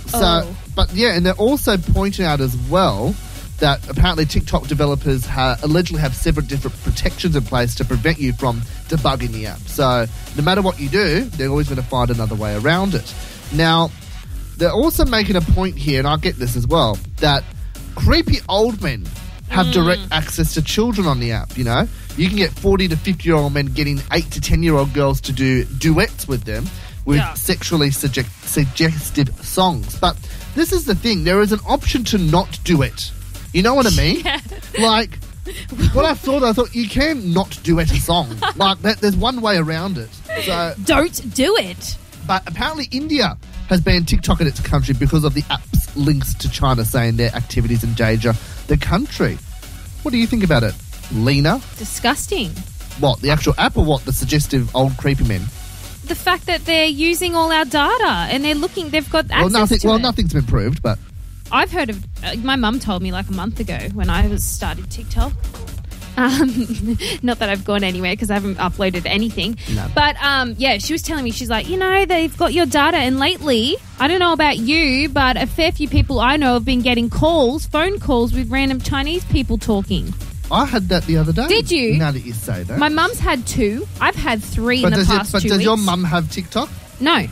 so,
Oh.
but yeah, and they're also pointing out as well that apparently TikTok developers ha- allegedly have several different protections in place to prevent you from debugging the app. So, no matter what you do, they're always going to find another way around it. Now, they're also making a point here, and I get this as well, that creepy old men have direct access to children on the app, you know? You can get 40 to 50 year old men getting 8 to 10 year old girls to do duets with them with sexually suggest- suggestive songs. But this is the thing there is an option to not do it. You know what I mean? Like, what I thought, I thought you can not duet a song. like, that, there's one way around it. So,
Don't do it.
but apparently, India has banned TikTok in its country because of the app's links to China, saying their activities endanger the country. What do you think about it, Lena?
Disgusting.
What, the actual app or what, the suggestive old creepy men?
the fact that they're using all our data and they're looking they've got access
Well, nothing,
to
well
it.
nothing's been proved, but
I've heard of uh, my mum told me like a month ago when I was started TikTok. Um, [LAUGHS] not that I've gone anywhere because I haven't uploaded anything.
No.
But um, yeah, she was telling me she's like, you know, they've got your data, and lately, I don't know about you, but a fair few people I know have been getting calls, phone calls with random Chinese people talking.
I had that the other day.
Did you?
Now that you say that.
My mum's had two. I've had three
but
in the
does, your-
past
but
two
does
weeks.
your mum have TikTok?
No.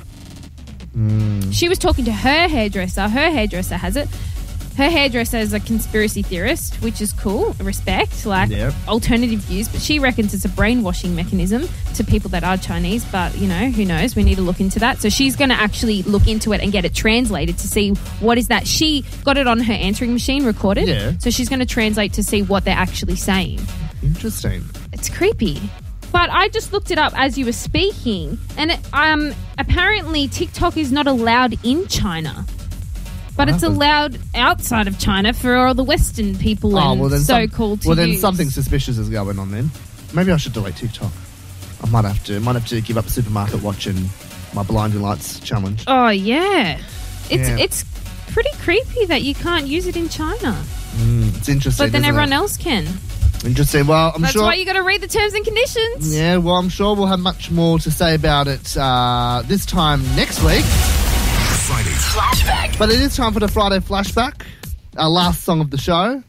Hmm.
She was talking to her hairdresser. Her hairdresser has it. Her hairdresser is a conspiracy theorist, which is cool. Respect, like
Yep.
alternative views, but she reckons it's a brainwashing mechanism to people that are Chinese. But you know, who knows? We need to look into that. So she's going to actually look into it and get it translated to see what is that. She got it on her answering machine recorded.
Yeah.
So she's going to translate to see what they're actually saying.
Interesting.
It's creepy. But I just looked it up as you were speaking, and it, um, apparently TikTok is not allowed in China, but it's
Wow.
allowed outside of China for all the Western people
Oh,
and
well, then some-
so-called. to
Well, then
use.
something suspicious is going on then. Maybe I should delete TikTok. I might have to. Might have to give up supermarket watching my blinding lights challenge.
Oh yeah, it's
Yeah.
it's pretty creepy that you can't use it in China,
Mm, it's interesting.
but then
isn't
everyone
it?
else can.
Interesting. Well, I'm
That's
sure.
why you got to read the terms and conditions.
yeah, well, I'm sure we'll have much more to say about it uh, this time next week.
Flashback.
But it is time for the Friday flashback, our last song of the show.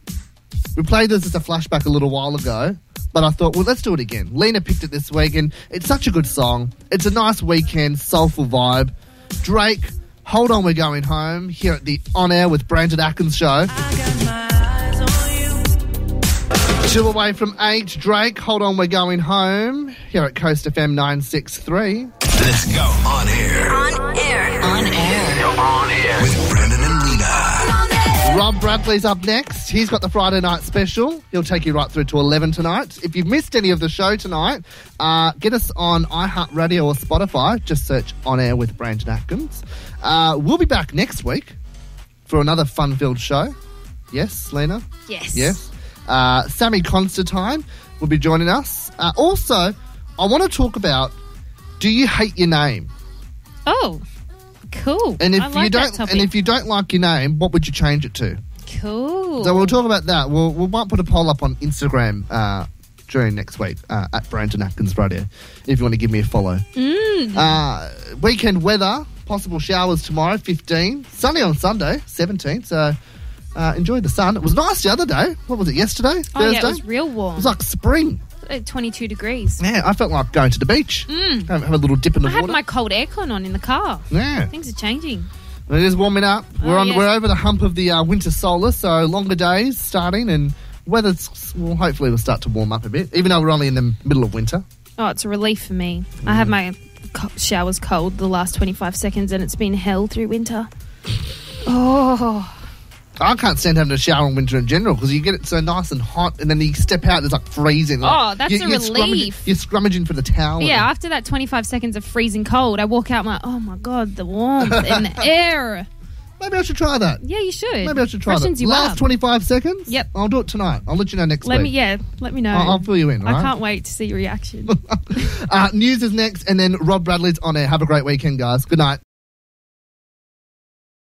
We played this as a flashback a little while ago, but I thought, well, let's do it again. Lena picked it this week, and it's such a good song. It's a nice weekend, soulful vibe. Drake, hold on, we're going home here at the On Air with Brandon Atkins show. Chill away from age, Drake. Hold on, we're going home here at Coast FM 963.
Let's go on air.
On air. On air.
You're on air with Brendan and Lena.
Rob Bradley's up next. He's got the Friday night special. He'll take you right through to 11 tonight. If you've missed any of the show tonight, uh, get us on iHeartRadio or Spotify. Just search On Air with Brandon Atkins. Uh, we'll be back next week for another fun filled show. Yes, Lena?
Yes.
Yes. Uh, Sammy Constantine will be joining us. Uh, also, I want to talk about do you hate your name?
Oh, cool.
And if
I like
you
that
don't,
topic.
and if you don't like your name, what would you change it to?
cool.
So we'll talk about that. We'll, we might put a poll up on Instagram uh, during next week uh, at Brandon Atkins Radio if you want to give me a follow.
Mm.
Uh, weekend weather, possible showers tomorrow, 15. Sunny on Sunday, 17. So uh, enjoy the sun. It was nice the other day. What was it, yesterday?
oh
Thursday?
yeah, it was real warm.
It was like spring.
Uh, 22 degrees.
Yeah, I felt like going to the beach. Mm. Have, have a little dip in the
I had
water.
my cold aircon on in the car.
yeah.
Things are changing.
It is warming up.
Oh,
We're on.
yes.
We're over the hump of the uh, winter solar, so longer days starting, and weather well, hopefully will start to warm up a bit. Even though we're only in the middle of winter.
Oh, it's a relief for me. I had my co- showers cold the last 25 seconds and it's been hell
[SIGHS]
through winter. Oh,
I can't stand having a shower in winter in general because you get it so nice and hot, and then you step out, it's like freezing. Like,
Oh, that's
you-
a
you're scrummaging-
relief.
you're scrummaging for the towel.
Oh, yeah. After that 25 seconds of freezing cold, I walk out my, oh my God, the warmth
[LAUGHS]
and the air.
Maybe I should try that.
Yeah, you should.
Maybe I should try
Freshens
that.
you
Last
up.
25 seconds?
Yep.
I'll do it tonight. I'll let you know next
Let
week.
me, yeah, let me know.
I'll, I'll fill you in, all
I
right?
can't wait to
[LAUGHS]
see your reaction.
uh, news is next, and then Rob Bradley's on air. Have a great weekend, guys. Good night.